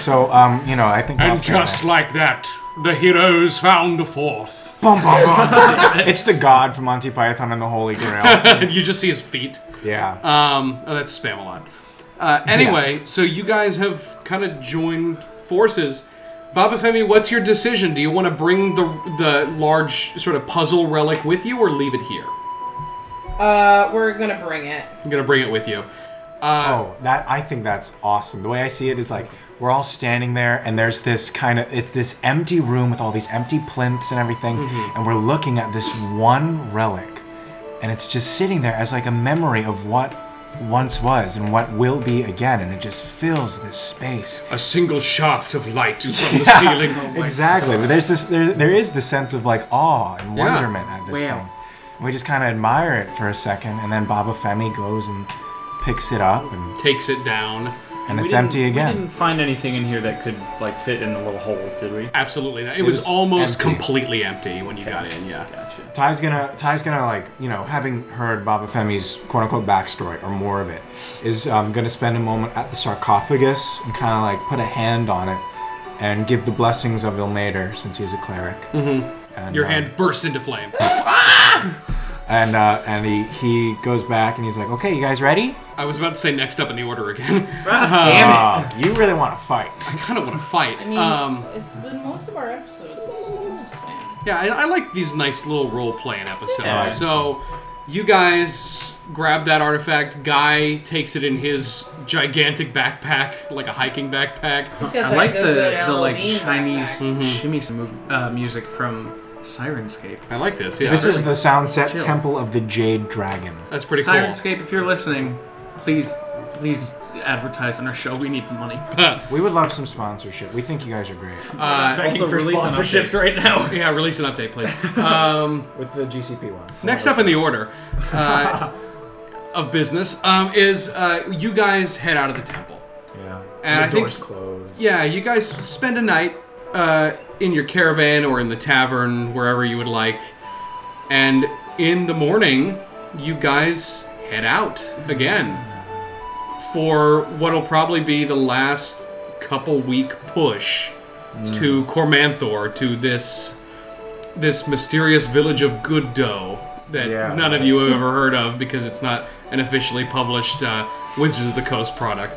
So, um, you know, I think. I'll
And
say
just
that.
like that, the heroes found a fourth.
Bum, bum, bum. it's the god from Monty Python and the Holy Grail.
And you just see his feet.
Yeah.
Um, oh, that's spam a lot. Uh, anyway, so you guys have kind of joined forces. Baba Femi, what's your decision? Do you want to bring the the large sort of puzzle relic with you, or leave it here?
Uh, we're gonna bring it.
I'm gonna bring it with you.
oh, that I think that's awesome. The way I see it is like we're all standing there, and there's this kind of it's this empty room with all these empty plinths and everything, and we're looking at this one relic, and it's just sitting there as like a memory of what once was and what will be again, and it just fills this space.
A single shaft of light from the ceiling.
Exactly. But there's this there, there is this sense of like awe and wonderment at this
Wow.
thing. And we just kind of admire it for a second, and then Baba Femi goes and picks it up, and,
Takes it down.
and
We
it's
didn't-
empty
We
again.
didn't find anything in here that could like fit in the little holes, did we?
Absolutely not. It, was,
was
almost
empty.
completely empty when you got in. Yeah.
Gotcha.
Ty's gonna Ty's gonna like you know having heard Baba Femi's quote unquote backstory or more of it is um, gonna spend a moment at the sarcophagus and kind of like put a hand on it and give the blessings of Ilmater since he's a cleric. Mm-hmm. And,
Your
um,
hand bursts into flame.
and uh, and he he goes back and he's like, okay, you guys ready?
I was about to say next up in the order again.
Damn it!
Uh, you really want to fight.
I kind of want to fight.
I mean,
um,
it's been most of our episodes. I'm just saying.
Yeah, I, I like these nice little role playing episodes.
Yeah.
So, you guys grab that artifact. Guy takes it in his gigantic backpack, like a hiking backpack.
got
I
that
like
good,
the,
good
the like
Halloween
Chinese
backpack.
Mm-hmm.
shimmy move, uh, music from Sirenscape.
I like this. Yeah,
This is the sound set
Chill.
Temple of the Jade Dragon.
that's pretty cool.
Sirenscape, if you're listening, please, please advertise on our show. We need the money.
We would love some sponsorship. We think you guys are great.
Uh,
Also,
for
release an
sponsorships
update.
right now.
Yeah, release an update, please.
With the GCP one.
Next up in the order uh, of business um, is uh, you guys head out of the temple.
Yeah.
And I
the
think-
door's closed.
Yeah, you guys spend a night uh, in your caravan or in the tavern, wherever you would like. And in the morning, you guys head out again for what'll probably be the last couple week push to Cormanthor, to this this mysterious village of Good Dough that
Yeah.
none of you have ever heard of because it's not an officially published uh, Wizards of the Coast product.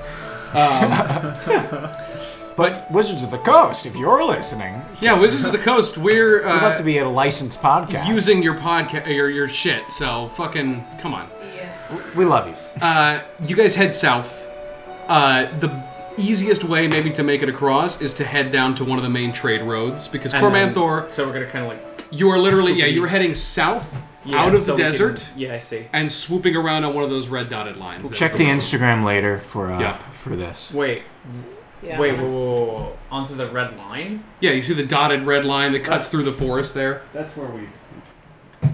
But Wizards of the Coast, if you're listening,
Yeah, Wizards of the Coast, we're uh,
I'd love to be a licensed podcast.
using your podcast your your shit. So fucking come on.
we love you.
Uh, you guys head south. Uh, the easiest way maybe to make it across is to head down to one of the main trade roads because Cormanthor,
So we're gonna kind of like
you are literally yeah you're heading south
yeah,
out of
so
the
we can-
desert
yeah, I see.
and swooping around on one of those red dotted lines. That's
Check the Instagram later for uh,
Yeah.
for this.
Wait,
Yeah.
wait, whoa, whoa, whoa, whoa. onto the red line.
yeah you see the dotted red line that
Uh,
cuts through the forest there.
That's where we.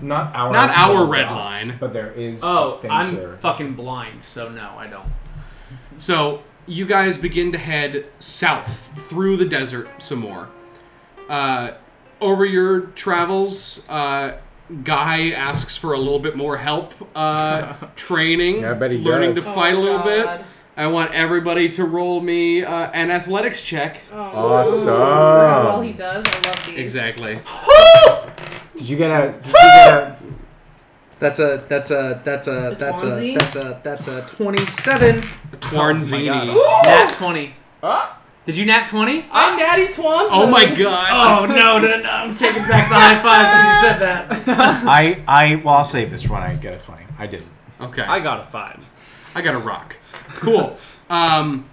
Not our
Not our little red dots, line.
but there is.
Oh, I'm fucking blind, so no, I don't.
So you guys begin to head south through the desert some more. Uh, over your travels, uh, Guy asks for a little bit more help, uh, training,
I bet he
learning
does.
to fight a little
God.
bit. I want everybody to roll me uh, an athletics check.
Awesome.
For how well he does, I love these.
Exactly.
Did you get a? Did you get a?
That's a that's a that's a
that's a- Twansie? that's
a that's a twenty-seven.
Twarnzini.
Nat twenty.
Did you nat 20?
I'm Natty Twanson.
Oh my god.
Oh, no, no, no. I'm taking back the high five because you said that.
I I well I'll save this when I get a twenty. I didn't.
Okay.
I got a five.
I got a rock. Cool. um,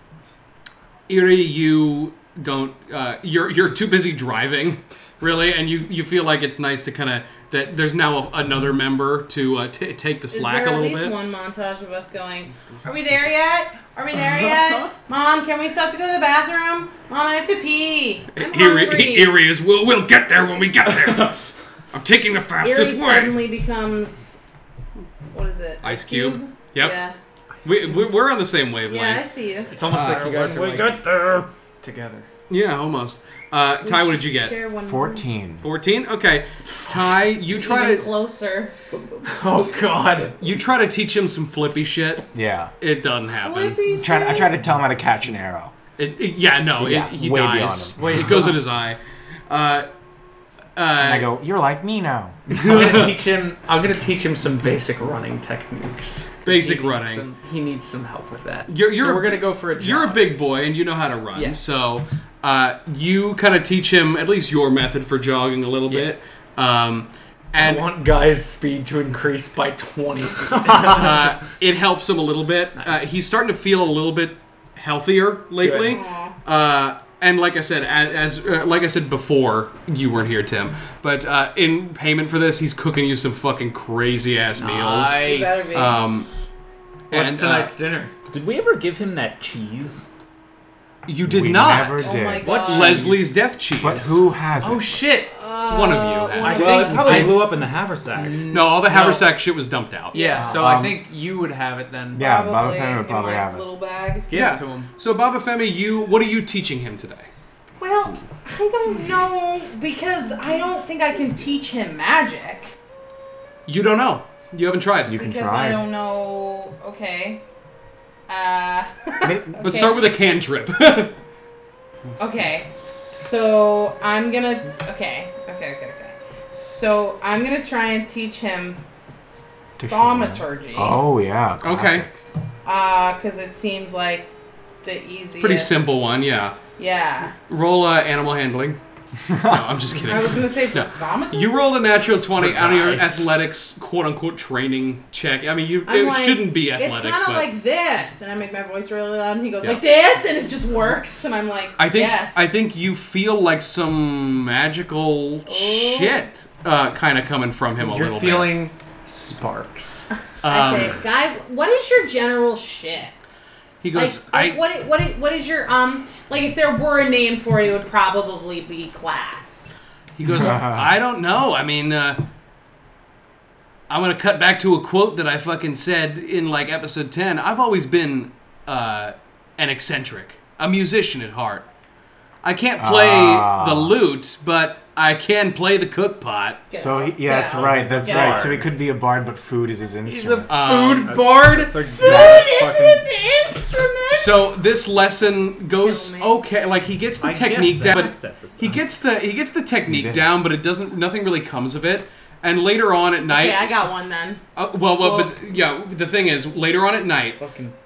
Iri, you don't. Uh, you're you're too busy driving, really, and you you feel like it's nice to kind of that. There's now a, another member to uh, t- take the
Is
slack
there
a
at
little
least
bit.
one montage of us going, Are we there yet? Are we there yet? Mom, can we stop to go to the bathroom? Mom, I have to pee. I'm hungry.
Eerie, Eerie is. We'll, we'll get there when we get there. I'm taking the
Eerie
fastest way.
suddenly becomes what is it?
Ice Cube? Yep.
Yeah.
We, we- we're on the same wavelength.
Yeah, I see you.
It's almost like you guys are
we
like
got there.
together.
Yeah, almost. Uh, Ty, what did you get?
Share one more.
Fourteen.
14? Okay. Ty, you try
Even
to
closer.
Oh God.
you try to teach him some flippy shit.
Yeah.
It doesn't happen.
Flippy
Tried, I
shit.
tried to tell him how to catch an arrow.
It, it- yeah, no, it-
Yeah,
he
way
dies.
beyond
it goes in his eye. Uh,
And I go, You're like me now.
I'm gonna teach him. I'm gonna teach him some basic running techniques.
basic
He needs
running.
some- he needs some help with that.
You're- you're-
so we're gonna go for a. Jog.
You're a big boy and you know how to run,
Yeah.
so uh, you kind of teach him at least your method for jogging a little bit. Um,
I
and
want guys' speed to increase by twenty.
uh, it helps him a little bit. Uh, he's starting to feel a little bit healthier lately.
Good.
Uh, and like I said, as, as uh, like I said before, you weren't here, Tim. But uh, in payment for this, he's cooking you some fucking crazy ass meals.
You better be.
Um, and uh,
dinner? Did we ever give him that cheese?
you did
we
not.
never
oh
did.
my god.
What
Leslie's death cheese.
But who has it?
oh, shit.
One of you.
Oh, I
Has.
think-
Well, it probably
I-
blew up in the haversack.
No, all the haversack shit was dumped out.
yeah, so
Um,
I think you would have it then.
yeah, Boba
Probably,
Fett would
in
probably
my
have it.
Little bag.
Give
Yeah.
it to him.
So Baba Femi, you what are you teaching him today?
Well, I don't know because I don't think I can teach him magic.
You don't know. You haven't tried.
You can
Because
try.
I don't know. Okay. Uh.
Ma-
Let's start with a cantrip.
Okay, so I'm gonna. Okay, okay, okay, okay. So I'm gonna try and teach him
to shoot.
thaumaturgy.
Oh yeah. Classic.
Uh, cause it seems like the easiest.
Pretty simple one, yeah.
Yeah.
Roll uh, animal handling. No, I'm just kidding.
I was gonna say
No.
thaumaturgy.
You rolled a natural twenty out of your athletics quote unquote training check. I mean, you
I'm
it
like,
shouldn't be athletics,
It's kind
but
of like this, and I make my voice really loud, and he goes
Yeah.
like this, and it just works, and I'm like,
I think
yes.
I think you feel like some magical
Oh.
shit uh, kind of coming from him a
You're
little
feeling sparks.
I say, guy, what is your general shit?
bit. um, He
Like,
goes,
like
I
what, i- what, i- what is your um? Like, if there were a name for it, it would probably be class.
He goes, I don't know. I mean, uh, I'm going to cut back to a quote that I fucking said in like episode 10. I've always been uh, an eccentric, a musician at heart. I can't play
Ah.
the lute, but I can play the cook pot.
So he, yeah, that's
Yeah.
right. That's
Yeah.
right. So he could be a bard, but food is his instrument.
Um,
Food bard.
Food is his instrument.
so this lesson goes
Kill me.
okay. Like he gets the
I guess
technique down,
that
but
was episode.
he gets the he gets the technique
did.
down, but it doesn't. Nothing really comes of it. And later on at night,
okay, I got one then.
Uh, well, well,
Well-
but yeah, the thing is, later on at night,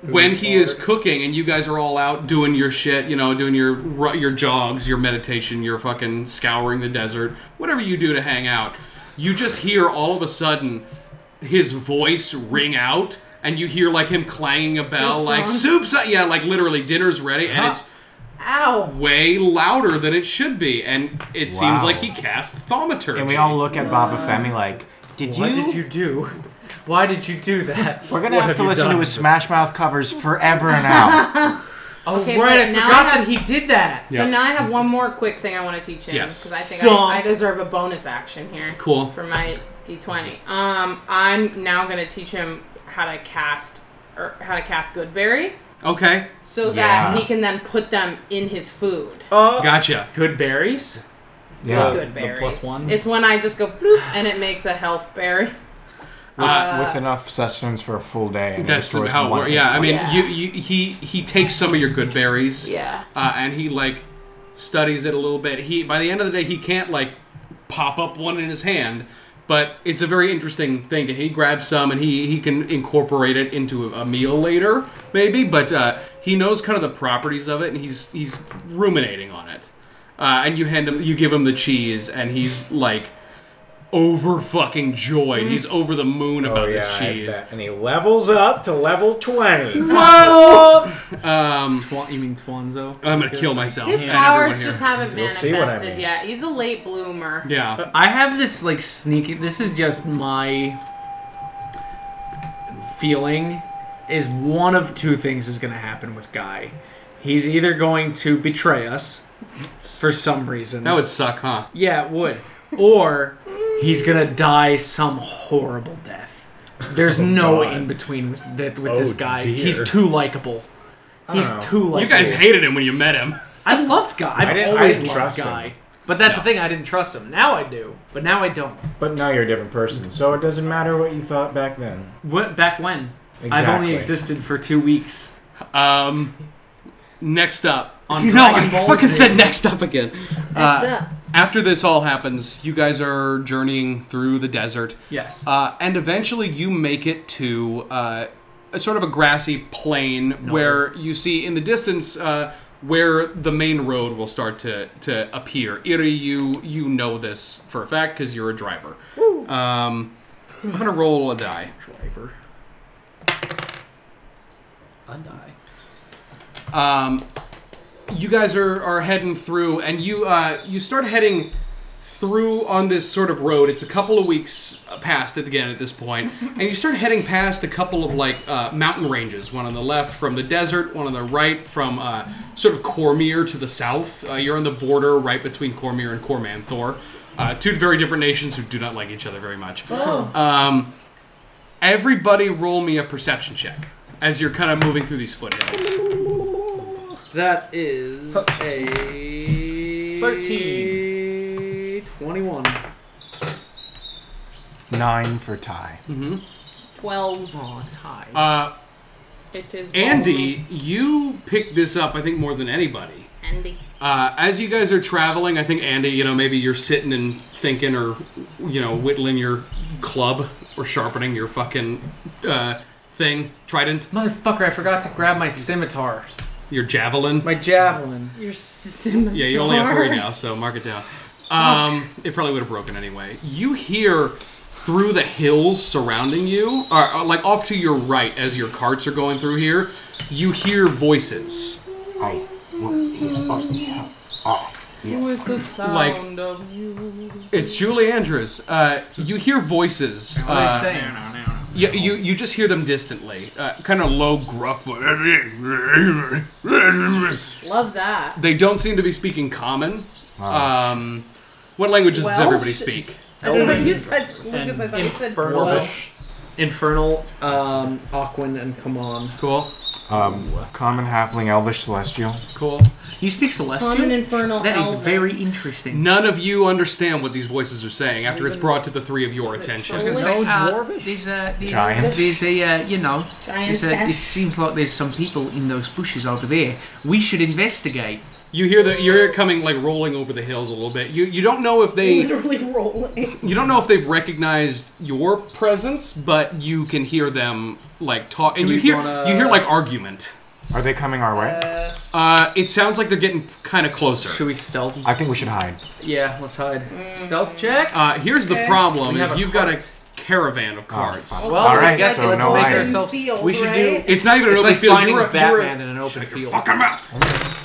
when he is cooking and you guys are all out doing your shit, you know, doing your ru- your jogs, your meditation, your fucking scouring the desert, whatever you do to hang out, you just hear all of a sudden his voice ring out, and you hear like him clanging a bell,
Soup's
like
on.
soup's on. yeah, like literally dinner's ready, and it's
Ow.
way louder than it should be, and it seems
Wow.
like he cast thaumaturgy.
and we all look at Boba Femi like, did
What
you?
did you do? Why did you do that?
We're gonna
What
have to
you
listen
done?
to his Smash Mouth covers forever now.
Oh
Okay,
right,
but
I
now
forgot
I have-
that he did that.
So now I have one more quick thing I want to teach him
Yes.
because I think
So-
I, I deserve a bonus action here.
Cool.
For my d20. Um, I'm now gonna teach him how to cast or how to cast Goodberry
okay,
so
Yeah.
that he can then put them in his food.
gotcha.
Good berries.
yeah,
Good berries.
plus one?
It's when I just go bloop and it makes a health berry.
uh, with enough sustenance for a full day. And it
That's the,
restores
how it
one
works.
hit
Yeah, I
point.
mean,
Yeah.
You, you he he takes some of your good berries.
Yeah.
Uh, and he like studies it a little bit. He by the end of the day he can't like pop up one in his hand, But it's a very interesting thing. He grabs some and he, he can incorporate it into a meal later, maybe. But uh, he knows kind of the properties of it, and he's he's ruminating on it. Uh, and you hand him, you give him the cheese, and he's like over fucking
Mm-hmm.
joy. He's over the moon
Oh,
about this cheese.
And he levels up to level 20.
Twan, you mean Twanzo?
Uh,
I'm gonna kill myself.
His
and
powers
everyone here.
just haven't
see
manifested
what I mean.
yet. He's a late bloomer.
Yeah.
I have this like sneaky. This is just my feeling. Is one of two things is going to happen with Guy. He's either going to betray us for some reason.
That would suck, huh?
yeah, it would. Or he's going to die some horrible death. There's no
Oh, God.
in between with th- with
Oh,
this guy.
dear.
He's too likable. He's
know.
too likable.
You guys hated him when you met him.
I loved Guy. I've
didn't- I
always
didn't
loved
trust him.
Guy. But that's the thing. I didn't trust him. Now I do. But now I don't.
But now you're a different person, so it doesn't matter what you thought back then.
What, back when? I've
Exactly.
only existed for two weeks.
Um, next up.
On
you know, I
Dragon Ball
fucking
Z.
said next up again.
Next up.
After this all happens, you guys are journeying through the desert,
Yes.
uh, and eventually you make it to uh, a sort of a grassy plain where you see in the distance uh, where the main road will start to to appear. Iri, you you know this for a fact because you're a driver. Um, I'm gonna roll a die.
Driver. I die.
um, you guys are, are heading through and you uh, you start heading through on this sort of road it's a couple of weeks uh, past it again at this point and you start heading past a couple of like uh, mountain ranges one on the left from the desert one on the right from uh, sort of cormier to the south uh, you're on the border right between cormier and cormanthor uh, two very different nations who do not like each other very much um, everybody roll me a perception check as you're kind of moving through these foothills
That is a
13.
21.
Nine for Ty.
12.
Oh, tie.
It is
Andy, you picked this up, I think, more than anybody.
bald. Andy.
Uh, as you guys are traveling, I think, Andy, you know, maybe you're sitting and thinking or, you know, whittling your club or sharpening your fucking uh, thing, trident,
Motherfucker! I forgot to grab my scimitar,
your javelin.
my javelin.
Your scimitar.
Yeah, you only have three now, so mark it down. Um, it probably would have broken anyway. You hear through the hills surrounding you, or, or like off to your right as your carts are going through here, you hear voices.
I want you up, yeah. Oh, yeah.
With the sound
Like-
of you.
It's Julie Andrews. Uh, you hear voices.
What are they
uh,
saying?
Yeah, you you just hear them distantly, uh, kind of low, gruff.
Love that.
They don't seem to be speaking common.
Ah.
Um, what languages does
Welsh?
everybody speak?
I don't know, you said Lucas, I thought you said
Infernal.
well.
Infernal, um, Aquan, and Kamon.
Cool,
Um, common halfling, elvish, celestial.
cool.
You speak Celestial.
Common infernal
That is
elven.
very interesting.
None of you understand what these voices are saying after it's brought to the three of your attention.
true?
No
Uh,
dwarvish?
There's a, there's,
Giant.
there's a, uh, you know,
Giant
there's a, it
fish.
seems like there's some people in those bushes over there. We should investigate.
You hear that you're coming like rolling over the hills a little bit. You you don't know if they
Literally rolling.
you don't know if they've recognized your presence, but you can hear them like talk, and you
we
hear
wanna-
you hear like argument.
Are they coming our way?
Uh, it sounds like they're getting kind of closer.
Should we stealth?
I think we should hide.
Yeah, let's hide.
Mm.
Stealth check.
Uh, here's the problem:
We have
is
a Oh,
you've got a caravan of cards.
Well, All right,
let's-
so
let's
no
make
hiding.
ourselves.
Field,
we should
right?
do.
It's not even an
It's
open
like
field.
finding
You're, a- you're,
Batman
a-
in an open field.
fucking mouth.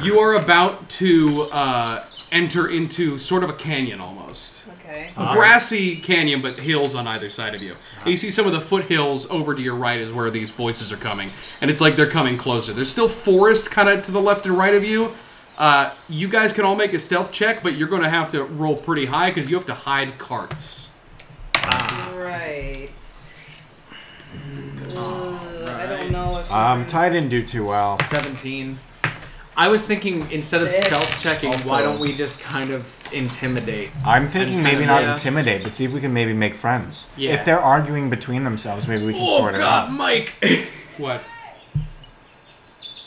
You are about to uh, enter into sort of a canyon almost.
Okay.
A grassy canyon, but hills on either side of you. And you see some of the foothills over to your right is where these voices are coming, and it's like they're coming closer. There's still forest kind of to the left and right of you. Uh, you guys can all make a stealth check, but you're going to have to roll pretty high because you have to hide carts.
Right. Ugh, I don't know if.
Uh,
Um, Ty didn't do too well.
17. I was thinking instead of
Six.
stealth checking, why
Also-
don't we just kind of intimidate?
I'm thinking
And kind
maybe
of-
not
yeah.
intimidate, but see if we can maybe make friends.
Yeah.
If they're arguing between themselves, maybe we can
Oh,
sort it out.
Oh, Mike!
What?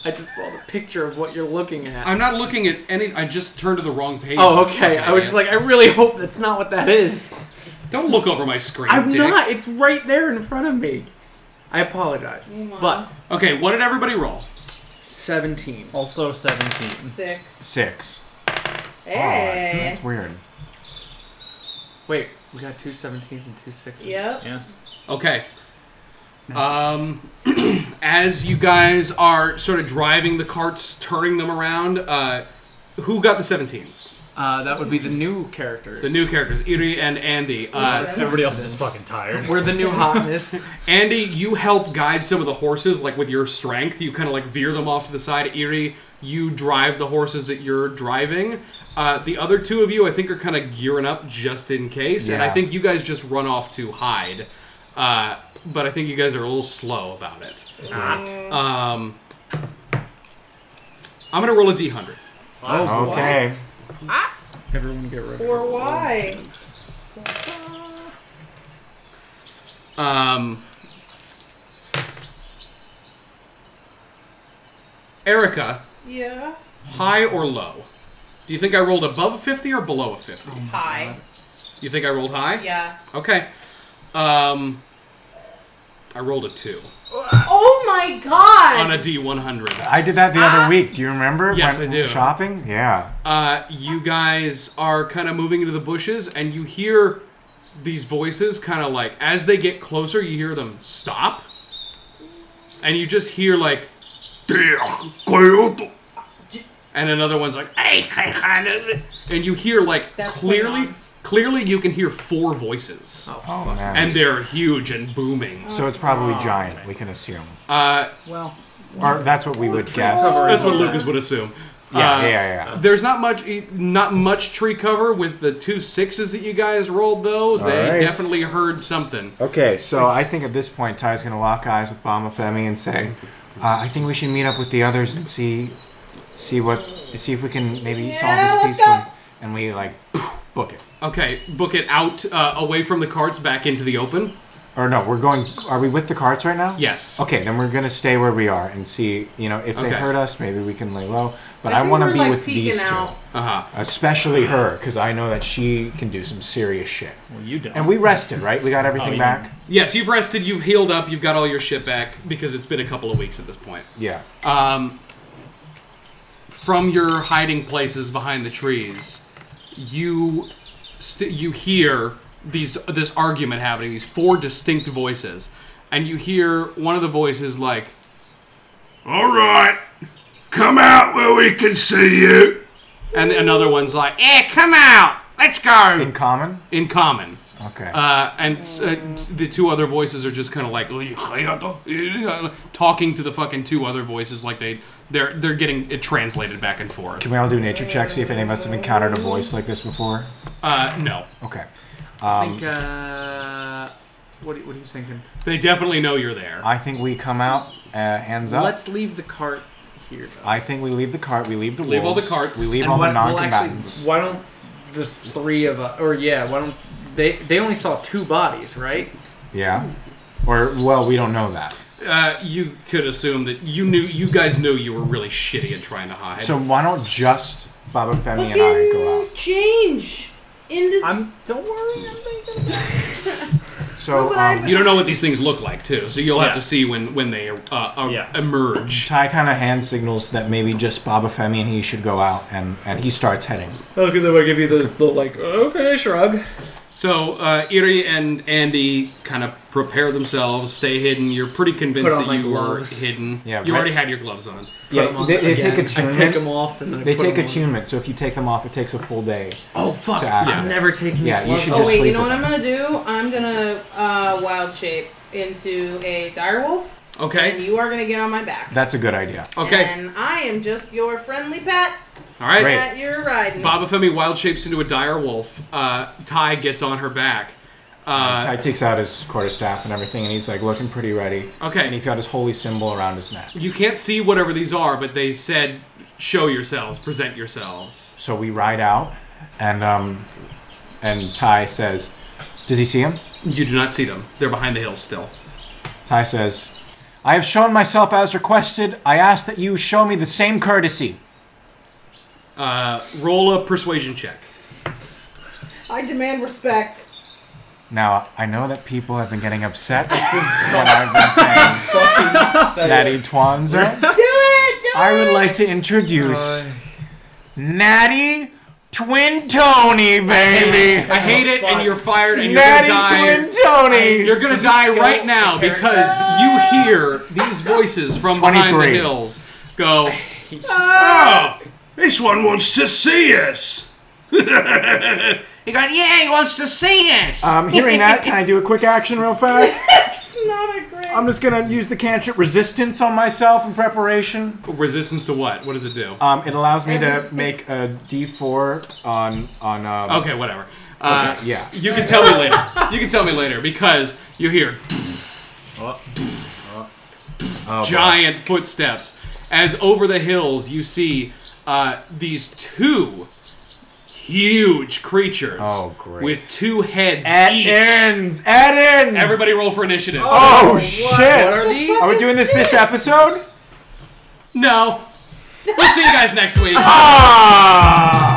I just saw the picture of what you're looking at.
I'm not looking at any. I just turned to the wrong page.
oh, okay.
Fucking
I
idiot.
was just like, I really hope that's not what that is.
Don't look over my screen,
I'm
dick.
not. It's right there in front of me. I apologize. But
Okay, what did everybody roll?
17.
also 17.
Six.
Six. Oh,
Hey.
that's weird.
Wait, we got two 17s and two 6s.
Yep.
Yeah.
Okay. Um, as you guys are sort of driving the carts, turning them around, uh, who got the 17s?
Uh, that would be the new characters.
The new characters, Iri and Andy. Uh,
Everybody else is just fucking tired.
We're the new hotness.
Andy, you help guide some of the horses, like with your strength. You kind of like veer them off to the side. Iri, you drive the horses that you're driving. Uh, the other two of you, I think, are kind of gearing up just in case. And I
Yeah.
think you guys just run off to hide. Uh, but I think you guys are a little slow about it. Um, I'm gonna roll a d100.
Okay.
Oh, Everyone get rid of
Or why?
Um, Erica,
Yeah.
high or low? Do you think I rolled above 50 or below a 50?
Uh-huh.
Hi.
You think I rolled high?
Yeah.
Okay. Um, I rolled a two
Oh my god.
on a d100.
I did that the other week. Do you remember?
Yes,
when
I do.
Shopping? Yeah.
Uh, you guys are kind of moving into the bushes, and you hear these voices kind of like as they get closer, you hear them stop, and you just hear like, "Damn, coyote." and another one's like, "Hey, hey, hey," and you hear like
That's
clearly,
going on.
clearly you can hear four voices,
Oh, man.
and they're huge and booming.
Oh.
so it's probably giant, we can assume.
Uh,
Well,
Or that's what we would guess. Yeah,
that's what Lucas would assume.
yeah,
Uh,
yeah.
There's not much, e, not much tree cover with the two sixes that you guys rolled though. They
right.
definitely heard something.
Okay, so I think at this point, Ty's going to lock eyes with Bama Femi and say, uh, I think we should meet up with the others and see see what see if we can maybe solve this
let's
piece.
go.
And, and we, like, book it.
Okay, book it out uh, away from the carts, back into the open.
Or no, we're going. Are we with the carts right now?
Yes.
Okay, then we're gonna stay where we are and see. You know, if they
Okay.
hurt us, maybe we can lay low. But I,
I think
want to
we're,
be
like,
with
peeking
these
out.
two,
Uh huh.
especially her, because I know that she can do some serious shit.
Well, you don't.
And we rested, right? We
Oh,
got everything
yeah.
back.
Yes, you've rested, you've healed up, you've got all your shit back because it's been a couple of weeks at this point.
Yeah.
Uh, From your hiding places behind the trees, you st- you hear these this argument happening. These four distinct voices, and you hear one of the voices like,
All right, come out where we can see you.
and another one's like, "Eh, come out, let's go."
In common.
In common.
Okay.
Uh, and s- uh, t- the two other voices are just kind of like talking to the fucking two other voices, like they they're they're getting it translated back and forth.
can we all do nature checks? See if any of us have encountered a voice like this before.
Uh, no,
Okay.
I think, uh. What are, what are you thinking?
they definitely know you're there.
I think we come out. Uh, hands up.
Let's leave the cart here, though.
I think we leave the cart. We leave the
Leave all the
wolves,
carts.
We leave
and
all
why,
the
well, actually,
non-combatants.
why don't the three of us. Or, yeah, why don't. They, they only saw two bodies, right?
yeah. Or well, we don't know that.
Uh, you could assume that you knew you guys knew you were really shitty at trying to hide.
So why don't just Baba Femi and I go
Fucking change into
I'm. Don't worry. I'm thinking.
out? So
but I-
um,
you don't know what these things look like too, so you'll have
Yeah.
to see when when they uh, uh,
Yeah.
emerge.
Ty kind of hand signals that maybe just Baba Femi and he should go out, and and he starts heading.
Oh, Okay, then I give you the, the like, okay, shrug.
So uh, Iri and Andy kind of prepare themselves, stay hidden. You're pretty convinced
Put on
that
my
you
gloves.
were hidden.
Yeah,
you
right-
already had your gloves on.
Yeah, they, they take attunement.
I take them off and then I
they
put
take
'em on.
attunement. So if you take them off, it takes a full day.
Oh fuck!
to act.
I'm never taking
Yeah,
these gloves
you should
off.
Oh
just
wait, you
sleep
know what
with
I'm gonna do? I'm gonna uh, wild shape into a direwolf,
Okay.
and you are gonna get on my back.
That's a good idea.
Okay.
And I am just your friendly pet
All right.
Great.
that you're riding.
Baba Femi wild shapes into a dire wolf. Uh, Ty gets on her back. Uh,
Ty takes out his quarterstaff and everything, and he's like looking pretty ready.
Okay.
And he's got his holy symbol around his neck.
you can't see whatever these are, but they said, "Show yourselves, present yourselves."
So we ride out, and um, and Ty says, "Does he see him?"
You do not see them. They're behind the hills still.
Ty says, I have shown myself as requested. I ask that you show me the same courtesy.
Roll a persuasion check.
I demand respect.
Now, I know that people have been getting upset when I've been saying Natty Twanzer.
Do it! Do
I would like to introduce Natty Twin Tony, baby!
I hate it, and you're fired, and you're gonna
Natty
die.
Twin Tony!
You're gonna die right now because you hear these voices from behind the
23.
hills go.
Oh, this one wants to see us.
He going, yeah, he wants to see us.
Um, hearing that, can I do a quick action real fast?
It's not a great.
I'm just gonna use the cantrip resistance on myself in preparation.
Resistance to what? What does it do?
Um, it allows me to make a D4 on on um,
okay, whatever. Uh,
yeah.
You can tell me later. You can tell me later because you hear
Oh.
giant footsteps as over the hills you see uh, these two huge creatures
Oh, great.
with two heads
At
each.
ends. At ends.
Everybody roll for initiative.
Oh shit!
What are these?
Are we doing this this episode?
No. We'll see you guys next week.
Ah!